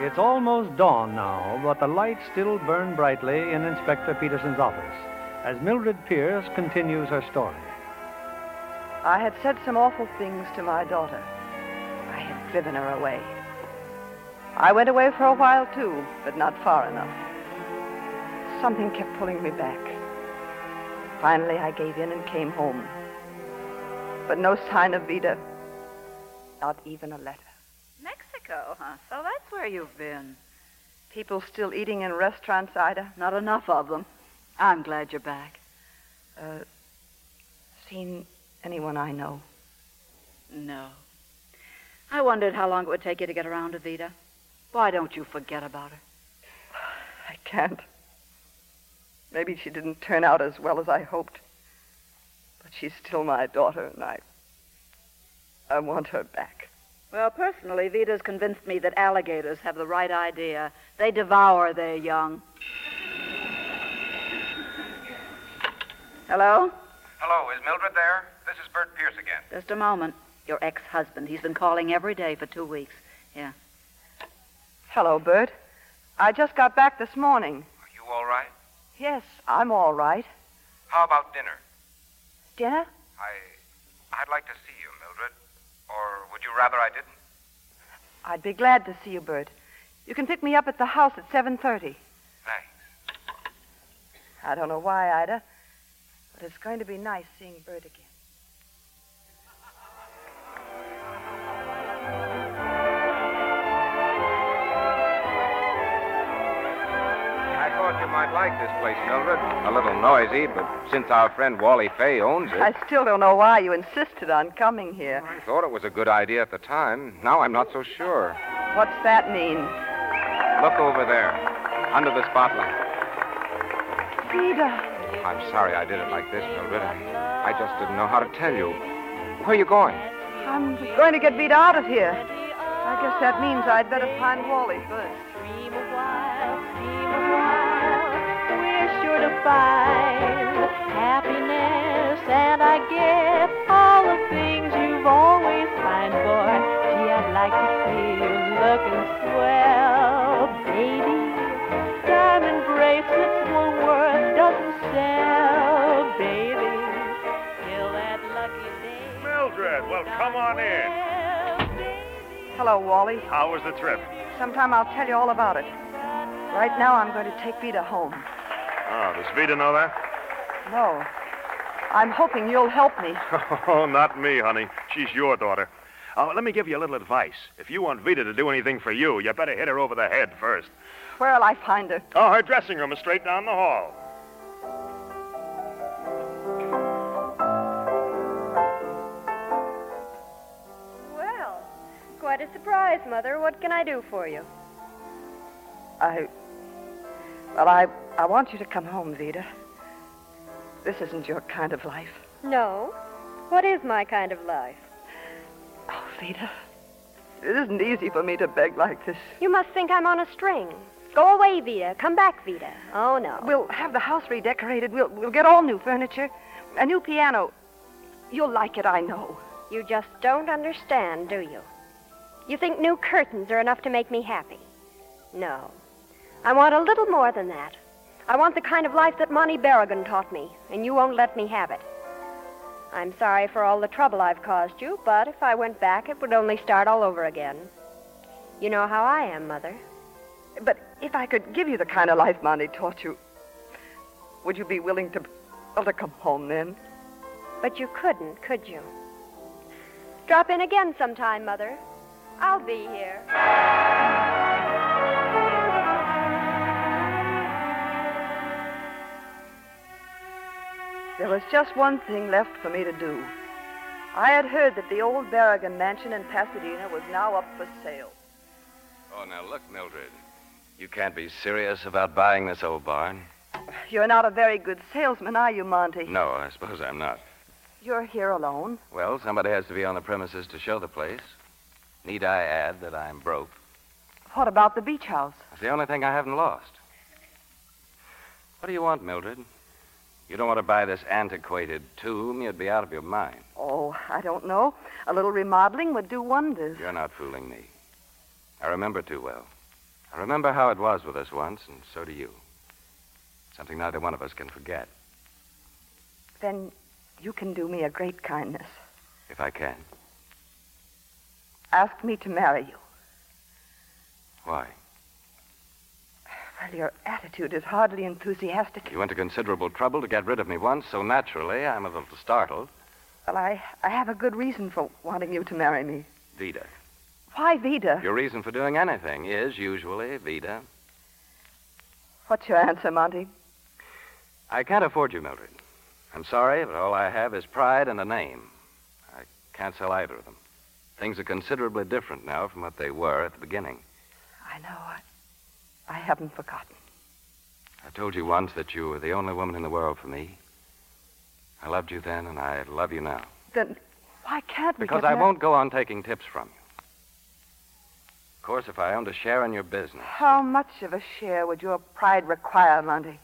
Speaker 2: It's almost dawn now, but the lights still burn brightly in Inspector Peterson's office as Mildred Pierce continues her story.
Speaker 9: I had said some awful things to my daughter. I had driven her away. I went away for a while, too, but not far enough. Something kept pulling me back. Finally, I gave in and came home. But no sign of Vida. Not even a letter.
Speaker 13: Mexico, huh? So that's where you've been.
Speaker 9: People still eating in restaurants, Ida?
Speaker 13: Not enough of them. I'm glad you're back.
Speaker 9: Uh, seen anyone I know?
Speaker 13: No. I wondered how long it would take you to get around to Vida. Why don't you forget about her?
Speaker 9: I can't. Maybe she didn't turn out as well as I hoped. But she's still my daughter, and I. I want her back.
Speaker 13: Well, personally, Vita's convinced me that alligators have the right idea. They devour their young. Hello?
Speaker 11: Hello, is Mildred there? This is Bert Pierce again.
Speaker 13: Just a moment. Your ex husband. He's been calling every day for two weeks. Yeah.
Speaker 9: Hello, Bert. I just got back this morning.
Speaker 11: Are you all right?
Speaker 9: Yes, I'm all right.
Speaker 11: How about dinner?
Speaker 9: Dinner?
Speaker 11: I. I'd like to see you, Mildred. Or would you rather I didn't?
Speaker 9: I'd be glad to see you, Bert. You can pick me up at the house at 7.30.
Speaker 11: Thanks.
Speaker 9: I don't know why, Ida, but it's going to be nice seeing Bert again.
Speaker 10: I thought you might like this place, Mildred. A little noisy, but since our friend Wally Fay owns it,
Speaker 9: I still don't know why you insisted on coming here.
Speaker 10: I thought it was a good idea at the time. Now I'm not so sure.
Speaker 9: What's that mean?
Speaker 10: Look over there, under the spotlight.
Speaker 9: Vida,
Speaker 10: I'm sorry I did it like this, Mildred. I, I just didn't know how to tell you. Where are you going?
Speaker 9: I'm going to get Vida out of here. I guess that means I'd better find Wally first.
Speaker 16: We're sure to find happiness, and I get all the things you've always pined for. Gee, I'd like to see you looking swell, baby. Diamond bracelets were worth a dozen sell, baby. Till that lucky day.
Speaker 4: Mildred, well, come on in.
Speaker 9: Hello, Wally.
Speaker 4: How was the trip?
Speaker 9: Sometime I'll tell you all about it. Right now, I'm going to take Vida home.
Speaker 4: Oh, does Vida know that?
Speaker 9: No. I'm hoping you'll help me.
Speaker 4: Oh, not me, honey. She's your daughter. Uh, let me give you a little advice. If you want Vida to do anything for you, you better hit her over the head first.
Speaker 9: Where'll I find her?
Speaker 4: Oh, her dressing room is straight down the hall.
Speaker 15: Well, quite a surprise, Mother. What can I do for you?
Speaker 9: I. Well, I, I want you to come home, Vida. This isn't your kind of life.
Speaker 15: No. What is my kind of life?
Speaker 9: Oh, Vida. It isn't easy for me to beg like this.
Speaker 15: You must think I'm on a string.
Speaker 8: Go away, Vida. Come back, Vida. Oh, no.
Speaker 9: We'll have the house redecorated. We'll, we'll get all new furniture, a new piano. You'll like it, I know.
Speaker 8: You just don't understand, do you? You think new curtains are enough to make me happy. No. I want a little more than that. I want the kind of life that Monty Berrigan taught me, and you won't let me have it. I'm sorry for all the trouble I've caused you, but if I went back, it would only start all over again. You know how I am, Mother.
Speaker 9: But if I could give you the kind of life Monty taught you, would you be willing to, well, to come home then?
Speaker 8: But you couldn't, could you? Drop in again sometime, Mother. I'll be here.
Speaker 9: There was just one thing left for me to do. I had heard that the old Barrigan mansion in Pasadena was now up for sale.
Speaker 3: Oh, now look, Mildred. You can't be serious about buying this old barn.
Speaker 9: You're not a very good salesman, are you, Monty?
Speaker 3: No, I suppose I'm not.
Speaker 9: You're here alone.
Speaker 3: Well, somebody has to be on the premises to show the place. Need I add that I'm broke?
Speaker 9: What about the beach house?
Speaker 3: It's the only thing I haven't lost. What do you want, Mildred? You don't want to buy this antiquated tomb. You'd be out of your mind.
Speaker 9: Oh, I don't know. A little remodeling would do wonders.
Speaker 3: You're not fooling me. I remember too well. I remember how it was with us once, and so do you. Something neither one of us can forget,
Speaker 9: Then you can do me a great kindness.
Speaker 3: if I can.
Speaker 9: Ask me to marry you.
Speaker 3: Why?
Speaker 9: Well, your attitude is hardly enthusiastic.
Speaker 3: You went to considerable trouble to get rid of me once, so naturally I'm a little startled.
Speaker 9: Well, I, I have a good reason for wanting you to marry me.
Speaker 3: Vida.
Speaker 9: Why, Vida?
Speaker 3: Your reason for doing anything is usually, Vida,
Speaker 9: What's your answer, Monty?
Speaker 3: I can't afford you, Mildred. I'm sorry, but all I have is pride and a name. I can't sell either of them. Things are considerably different now from what they were at the beginning.
Speaker 9: I know. I, I haven't forgotten.
Speaker 3: I told you once that you were the only woman in the world for me. I loved you then, and I love you now.
Speaker 9: Then why can't we?
Speaker 3: Because
Speaker 9: get
Speaker 3: I
Speaker 9: mar-
Speaker 3: won't go on taking tips from you. Of course, if I owned a share in your business.
Speaker 9: How much of a share would your pride require, Monty?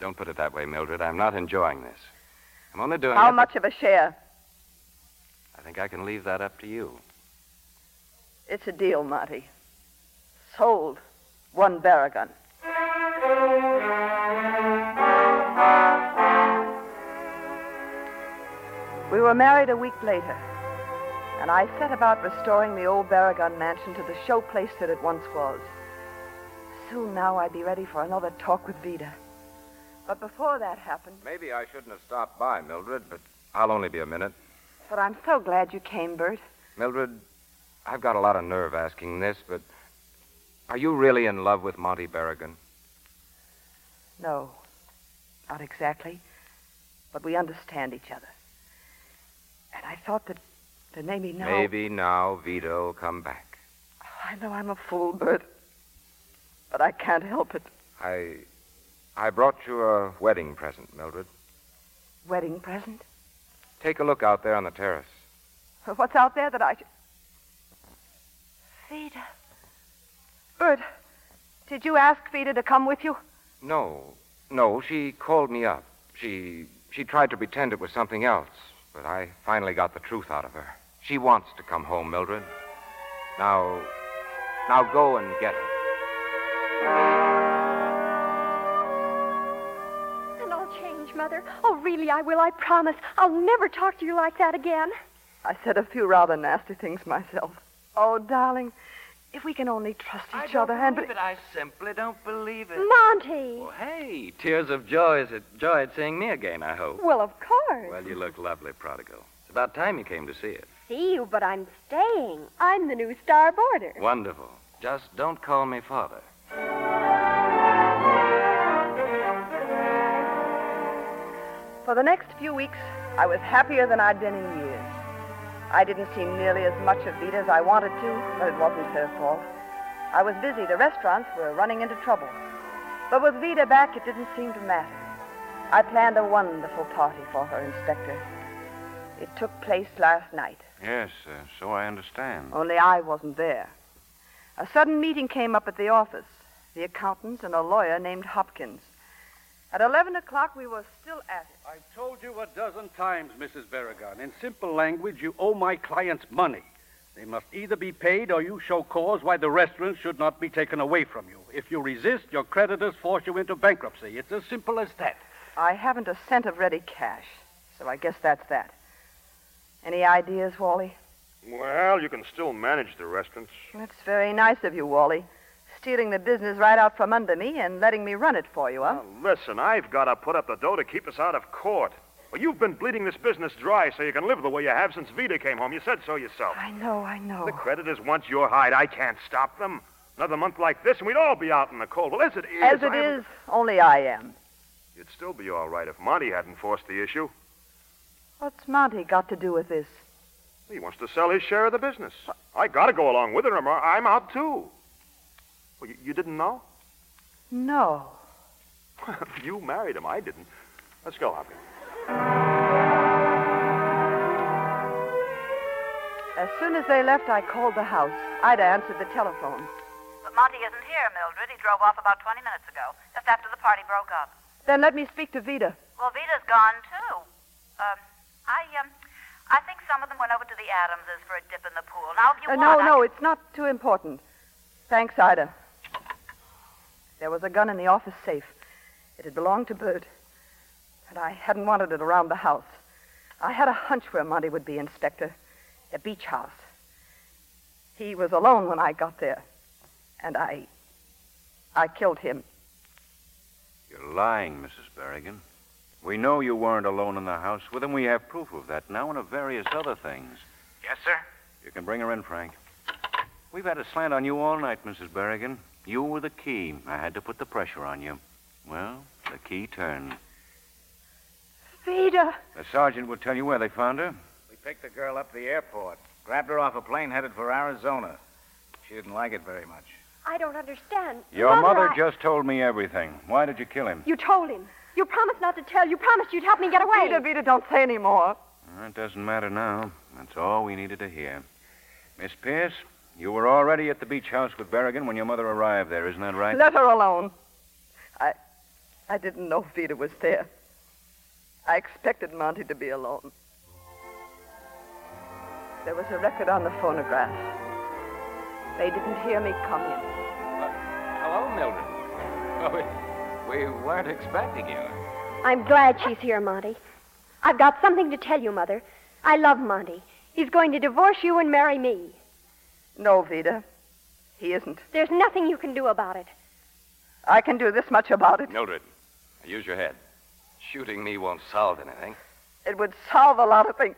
Speaker 3: Don't put it that way, Mildred. I'm not enjoying this. I'm only doing
Speaker 9: How
Speaker 3: it-
Speaker 9: much of a share?
Speaker 3: I think I can leave that up to you.
Speaker 9: It's a deal, Monty. Sold. One barragon. We were married a week later, and I set about restoring the old Barragon mansion to the showplace that it once was. Soon now I'd be ready for another talk with Vida. But before that happened,
Speaker 3: Maybe I shouldn't have stopped by, Mildred, but I'll only be a minute.
Speaker 9: but I'm so glad you came, Bert.
Speaker 3: Mildred, I've got a lot of nerve asking this, but are you really in love with Monty Berrigan?
Speaker 9: No, not exactly, but we understand each other. And I thought that, that maybe now.
Speaker 3: Maybe now Vito will come back.
Speaker 9: I know I'm a fool, Bert, but I can't help it.
Speaker 3: I. I brought you a wedding present, Mildred.
Speaker 9: Wedding present?
Speaker 3: Take a look out there on the terrace.
Speaker 9: What's out there that I should. Vida. Bert, did you ask Vida to come with you?
Speaker 3: No, no, she called me up. She. She tried to pretend it was something else, but I finally got the truth out of her. She wants to come home, Mildred. Now. Now go and get her.
Speaker 8: And I'll change, Mother. Oh, really, I will. I promise. I'll never talk to you like that again.
Speaker 9: I said a few rather nasty things myself. Oh, darling, if we can only trust each other and.
Speaker 3: believe it. I simply don't believe it.
Speaker 8: Monty!
Speaker 3: Well, hey, tears of joy is joy at seeing me again, I hope.
Speaker 8: Well, of course.
Speaker 3: Well, you look lovely, prodigal. It's about time you came to see it.
Speaker 8: See you, but I'm staying. I'm the new star boarder.
Speaker 3: Wonderful. Just don't call me father.
Speaker 9: For the next few weeks, I was happier than I'd been in years. I didn't see nearly as much of Vida as I wanted to, but it wasn't her fault. I was busy. The restaurants were running into trouble. But with Vida back, it didn't seem to matter. I planned a wonderful party for her, Inspector. It took place last night,
Speaker 5: Yes, uh, so I understand.
Speaker 9: only I wasn't there. A sudden meeting came up at the office. the accountant, and a lawyer named Hopkins. At 11 o'clock, we were still at it.
Speaker 6: I've told you a dozen times, Mrs. Barragon. In simple language, you owe my clients money. They must either be paid or you show cause why the restaurant should not be taken away from you. If you resist, your creditors force you into bankruptcy. It's as simple as that.
Speaker 9: I haven't a cent of ready cash, so I guess that's that. Any ideas, Wally?
Speaker 4: Well, you can still manage the restaurants.
Speaker 9: That's very nice of you, Wally. Stealing the business right out from under me and letting me run it for you, huh?
Speaker 4: Listen, I've got to put up the dough to keep us out of court. Well, you've been bleeding this business dry so you can live the way you have since Vita came home. You said so yourself.
Speaker 9: I know, I know.
Speaker 4: The creditors want your hide. I can't stop them. Another month like this, and we'd all be out in the cold. Well, as it is,
Speaker 9: As it
Speaker 4: I'm-
Speaker 9: is, only I am.
Speaker 4: You'd still be all right if Monty hadn't forced the issue.
Speaker 9: What's Monty got to do with this?
Speaker 4: He wants to sell his share of the business. I got to go along with him, or I'm out too. Well, you, you didn't know?
Speaker 9: No.
Speaker 4: you married him. I didn't. Let's go, Hopkins.
Speaker 9: As soon as they left, I called the house. Ida answered the telephone.
Speaker 17: But Monty isn't here, Mildred. He drove off about 20 minutes ago, just after the party broke up.
Speaker 9: Then let me speak to Vida.
Speaker 17: Well, Vita's gone, too. Um, I, um, I think some of them went over to the Adamses for a dip in the pool. Now, if you
Speaker 9: Uh,
Speaker 17: want...
Speaker 9: no, no, it's not too important. Thanks, Ida. There was a gun in the office safe. It had belonged to Bert, but I hadn't wanted it around the house. I had a hunch where Monty would be, Inspector. The beach house. He was alone when I got there, and I, I killed him.
Speaker 5: You're lying, Mrs. Berrigan. We know you weren't alone in the house with him. We have proof of that now and of various other things.
Speaker 18: Yes, sir?
Speaker 5: You can bring her in, Frank. We've had a slant on you all night, Mrs. Berrigan. You were the key. I had to put the pressure on you. Well, the key turned.
Speaker 9: Vida!
Speaker 5: The sergeant will tell you where they found her.
Speaker 12: We picked the girl up at the airport, grabbed her off a plane headed for Arizona. She didn't like it very much.
Speaker 8: I don't understand.
Speaker 5: Your mother
Speaker 8: I-
Speaker 5: just told me everything. Why did you kill him?
Speaker 8: You told him. You promised not to tell. You promised you'd help me get away.
Speaker 9: Vida, Vida, don't say any more.
Speaker 5: It doesn't matter now. That's all we needed to hear. Miss Pierce, you were already at the beach house with Berrigan when your mother arrived there, isn't that right?
Speaker 9: Let her alone. I, I didn't know Vida was there. I expected Monty to be alone. There was a record on the phonograph. They didn't hear me come in.
Speaker 10: Hello, Mildred. Oh, we, we weren't expecting you.
Speaker 8: I'm glad she's here, Monty. I've got something to tell you, Mother. I love Monty. He's going to divorce you and marry me.
Speaker 9: No, Vida. He isn't.
Speaker 8: There's nothing you can do about it.
Speaker 9: I can do this much about it.
Speaker 3: Mildred, use your head.
Speaker 10: Shooting me won't solve anything.
Speaker 9: It would solve a lot of things.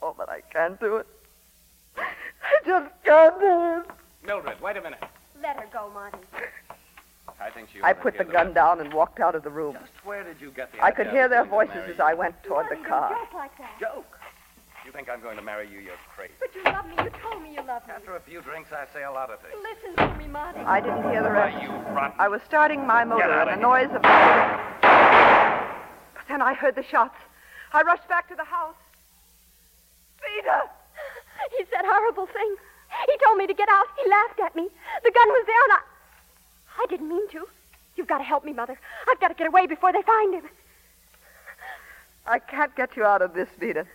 Speaker 9: Oh, but I can't do it. I just can't do it.
Speaker 10: Mildred, wait a minute.
Speaker 8: Let her go, Monty.
Speaker 10: I think she.
Speaker 9: I put the gun down and walked out of the room.
Speaker 10: Where did you get the
Speaker 9: I could
Speaker 10: idea
Speaker 9: hear
Speaker 10: of
Speaker 9: their
Speaker 10: going to
Speaker 9: voices
Speaker 10: marry
Speaker 9: as I went toward the car.
Speaker 8: like that.
Speaker 10: Joke. You think I'm going to marry you? You're crazy.
Speaker 8: But you love me. You told me you love me.
Speaker 10: After a few drinks, I say a lot of things.
Speaker 8: Listen to me, Monty.
Speaker 9: I didn't hear the
Speaker 10: Why,
Speaker 9: rest.
Speaker 10: you rotten.
Speaker 9: I was starting my motor
Speaker 10: Get out of
Speaker 9: and the noise of. But then I heard the shots. I rushed back to the house. Vida!
Speaker 8: He said horrible things. He told me to get out. He laughed at me. The gun was there, and I. I didn't mean to. You've got to help me, Mother. I've got to get away before they find him.
Speaker 9: I can't get you out of this, Vida.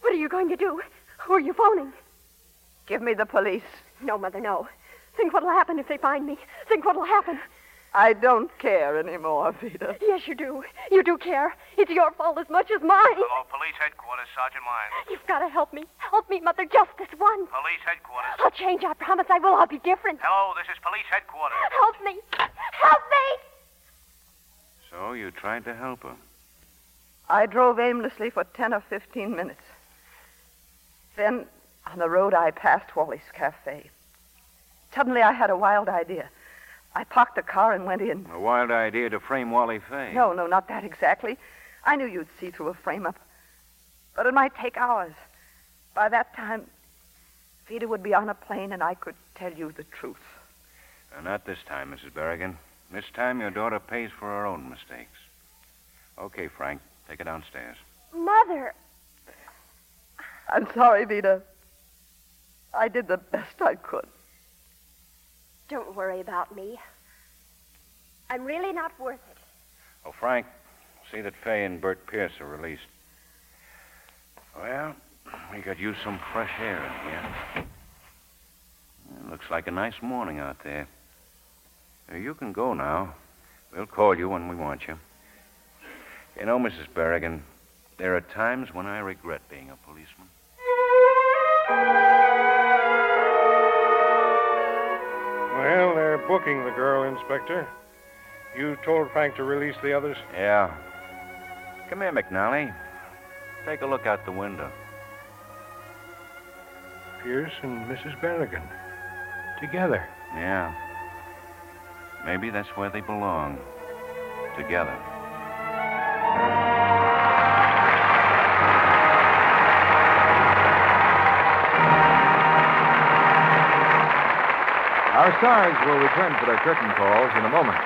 Speaker 8: What are you going to do? Who are you phoning?
Speaker 9: Give me the police.
Speaker 8: No, Mother, no. Think what'll happen if they find me. Think what'll happen.
Speaker 9: I don't care anymore, Vida.
Speaker 8: Yes, you do. You do care. It's your fault as much as mine.
Speaker 6: Oh,
Speaker 18: Hello, police headquarters, Sergeant Lyons.
Speaker 8: You've got to help me. Help me, Mother, just this once.
Speaker 18: Police headquarters.
Speaker 8: I'll change. I promise I will. I'll be different.
Speaker 18: Hello, this is police headquarters.
Speaker 8: Help me. Help me.
Speaker 5: So you tried to help her.
Speaker 9: I drove aimlessly for 10 or 15 minutes. Then, on the road, I passed Wally's Cafe. Suddenly, I had a wild idea. I parked the car and went in.
Speaker 5: A wild idea to frame Wally Fay.
Speaker 9: No, no, not that exactly. I knew you'd see through a frame up. But it might take hours. By that time, Vida would be on a plane and I could tell you the truth.
Speaker 5: Uh, Not this time, Mrs. Berrigan. This time your daughter pays for her own mistakes. Okay, Frank, take her downstairs.
Speaker 8: Mother.
Speaker 9: I'm sorry, Vida. I did the best I could.
Speaker 8: Don't worry about me. I'm really not worth it.
Speaker 5: Oh, Frank, see that Fay and Bert Pierce are released. Well, we could use some fresh air in here. It looks like a nice morning out there. Uh, You can go now. We'll call you when we want you. You know, Mrs. Berrigan, there are times when I regret being a policeman.
Speaker 7: Well, they're booking the girl, Inspector. You told Frank to release the others?
Speaker 5: Yeah. Come here, McNally. Take a look out the window.
Speaker 7: Pierce and Mrs. Berrigan. Together.
Speaker 5: Yeah. Maybe that's where they belong. Together.
Speaker 1: Our stars will return for their curtain calls in a moment.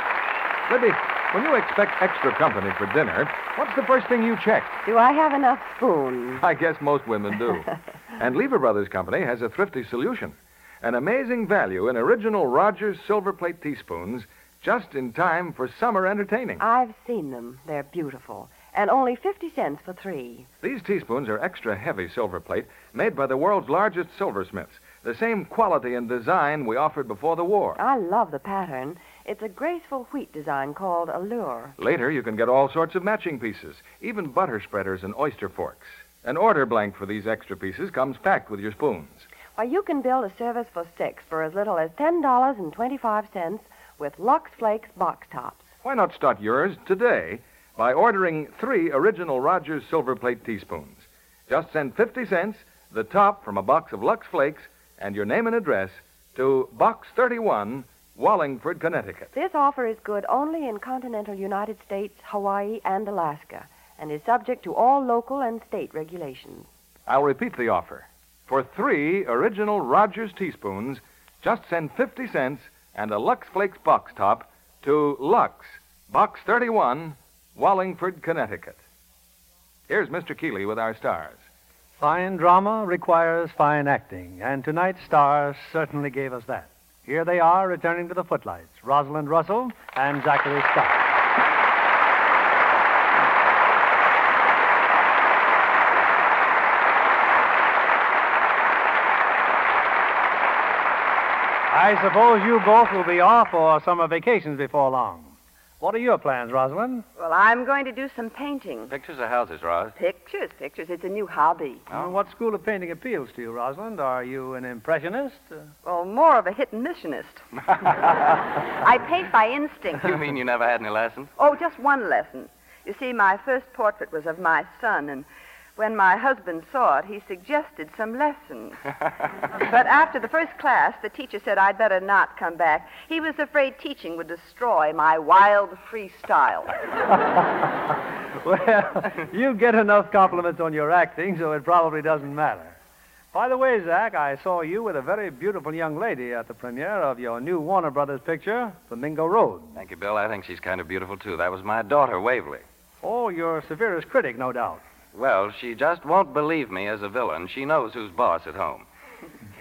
Speaker 1: Libby, when you expect extra company for dinner, what's the first thing you check?
Speaker 11: Do I have enough spoons?
Speaker 1: I guess most women do. and Lever Brothers Company has a thrifty solution an amazing value in original Rogers silver plate teaspoons just in time for summer entertaining.
Speaker 11: I've seen them. They're beautiful. And only 50 cents for three.
Speaker 1: These teaspoons are extra heavy silver plate made by the world's largest silversmiths, the same quality and design we offered before the war.
Speaker 11: I love the pattern. It's a graceful wheat design called Allure.
Speaker 1: Later, you can get all sorts of matching pieces, even butter spreaders and oyster forks. An order blank for these extra pieces comes packed with your spoons.
Speaker 11: Why, you can build a service for six for as little as $10.25 with Lux Flakes box tops.
Speaker 1: Why not start yours today by ordering three original Rogers silver plate teaspoons? Just send 50 cents, the top from a box of Lux Flakes, and your name and address to Box 31, Wallingford, Connecticut.
Speaker 11: This offer is good only in continental United States, Hawaii, and Alaska, and is subject to all local and state regulations.
Speaker 1: I'll repeat the offer. For three original Rogers teaspoons, just send 50 cents and a Lux Flakes box top to Lux, Box 31, Wallingford, Connecticut. Here's Mr. Keeley with our stars.
Speaker 2: Fine drama requires fine acting, and tonight's stars certainly gave us that. Here they are returning to the footlights Rosalind Russell and Zachary Scott. I suppose you both will be off for summer vacations before long. What are your plans, Rosalind?
Speaker 9: Well, I'm going to do some painting.
Speaker 5: Pictures of houses, Roz.
Speaker 9: Pictures, pictures. It's a new hobby.
Speaker 2: Uh, What school of painting appeals to you, Rosalind? Are you an impressionist? Uh,
Speaker 9: Well, more of a hit and missionist. I paint by instinct.
Speaker 3: You mean you never had any lessons?
Speaker 9: Oh, just one lesson. You see, my first portrait was of my son, and when my husband saw it, he suggested some lessons. but after the first class, the teacher said I'd better not come back. He was afraid teaching would destroy my wild freestyle.
Speaker 2: Well, you get enough compliments on your acting, so it probably doesn't matter. By the way, Zach, I saw you with a very beautiful young lady at the premiere of your new Warner Brothers picture, Flamingo
Speaker 10: Oh.
Speaker 2: Road.
Speaker 3: Thank you, Bill. I think she's kind of beautiful, too. That was my daughter, Waverly.
Speaker 2: Oh, your severest critic, no doubt.
Speaker 3: Well, she just won't believe me as a villain. She knows who's boss at home.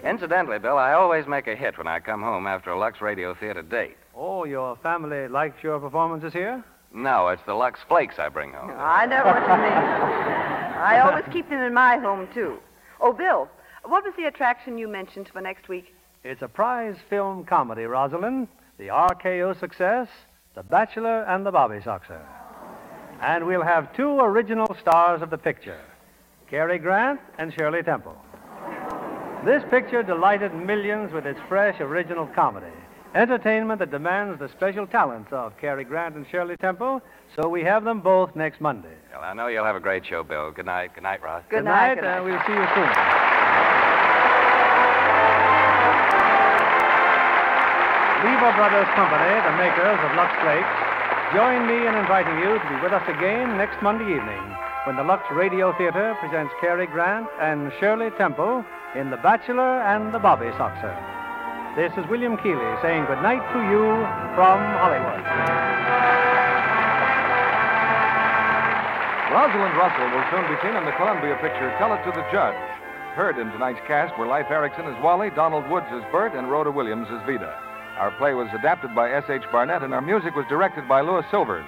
Speaker 3: Incidentally, Bill, I always make a hit when I come home after a Lux Radio Theater date.
Speaker 2: Oh, your family likes your performances here?
Speaker 3: No, it's the Lux Flakes I bring home.
Speaker 9: I know what you mean. I always keep them in my home, too. Oh, Bill, what was the attraction you mentioned for next week?
Speaker 2: It's a prize film comedy, Rosalind. The RKO success, The Bachelor and the Bobby Soxer. And we'll have two original stars of the picture Cary Grant and Shirley Temple. This picture delighted millions with its fresh, original comedy. Entertainment that demands the special talents of Cary Grant and Shirley Temple, so we have them both next Monday.
Speaker 3: Well, I know you'll have a great show, Bill. Good night. Good night, Ross.
Speaker 2: night, and we'll see you soon. Lever Brothers Company, the makers of Lux Flakes, join me in inviting you to be with us again next Monday evening when the Lux Radio Theater presents Cary Grant and Shirley Temple in The Bachelor and the Bobby Soxer. This is William Keeley saying good night to you from Hollywood.
Speaker 1: Rosalind Russell will soon be seen in the Columbia picture Tell It to the Judge. Heard in tonight's cast were Life Erickson as Wally, Donald Woods as Bert, and Rhoda Williams as Vida. Our play was adapted by S.H. Barnett, and our music was directed by Louis Silvers.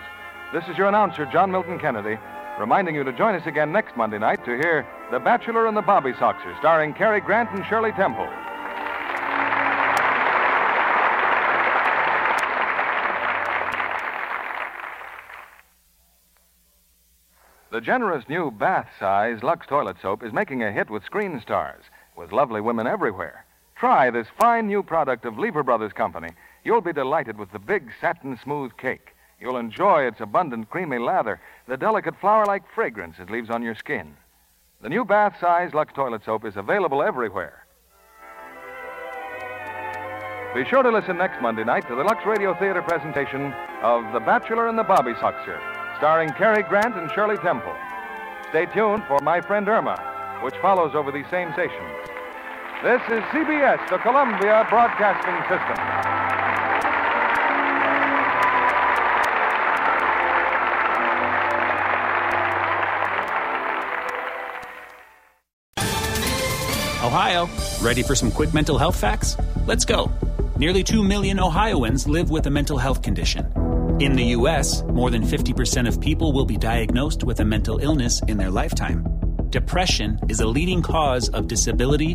Speaker 1: This is your announcer, John Milton Kennedy, reminding you to join us again next Monday night to hear The Bachelor and the Bobby Soxer, starring Cary Grant and Shirley Temple. The generous new bath size Lux toilet soap is making a hit with screen stars, with lovely women everywhere. Try this fine new product of Lever Brothers Company. You'll be delighted with the big satin smooth cake. You'll enjoy its abundant creamy lather, the delicate flower like fragrance it leaves on your skin. The new bath size Lux toilet soap is available everywhere. Be sure to listen next Monday night to the Lux Radio Theater presentation of The Bachelor and the Bobby Soxer, starring Cary Grant and Shirley Temple. Stay tuned for My Friend Irma, which follows over these same stations. This is CBS, the Columbia Broadcasting System.
Speaker 19: Ohio, ready for some quick mental health facts? Let's go. Nearly 2 million Ohioans live with a mental health condition. In the U.S., more than 50% of people will be diagnosed with a mental illness in their lifetime. Depression is a leading cause of disability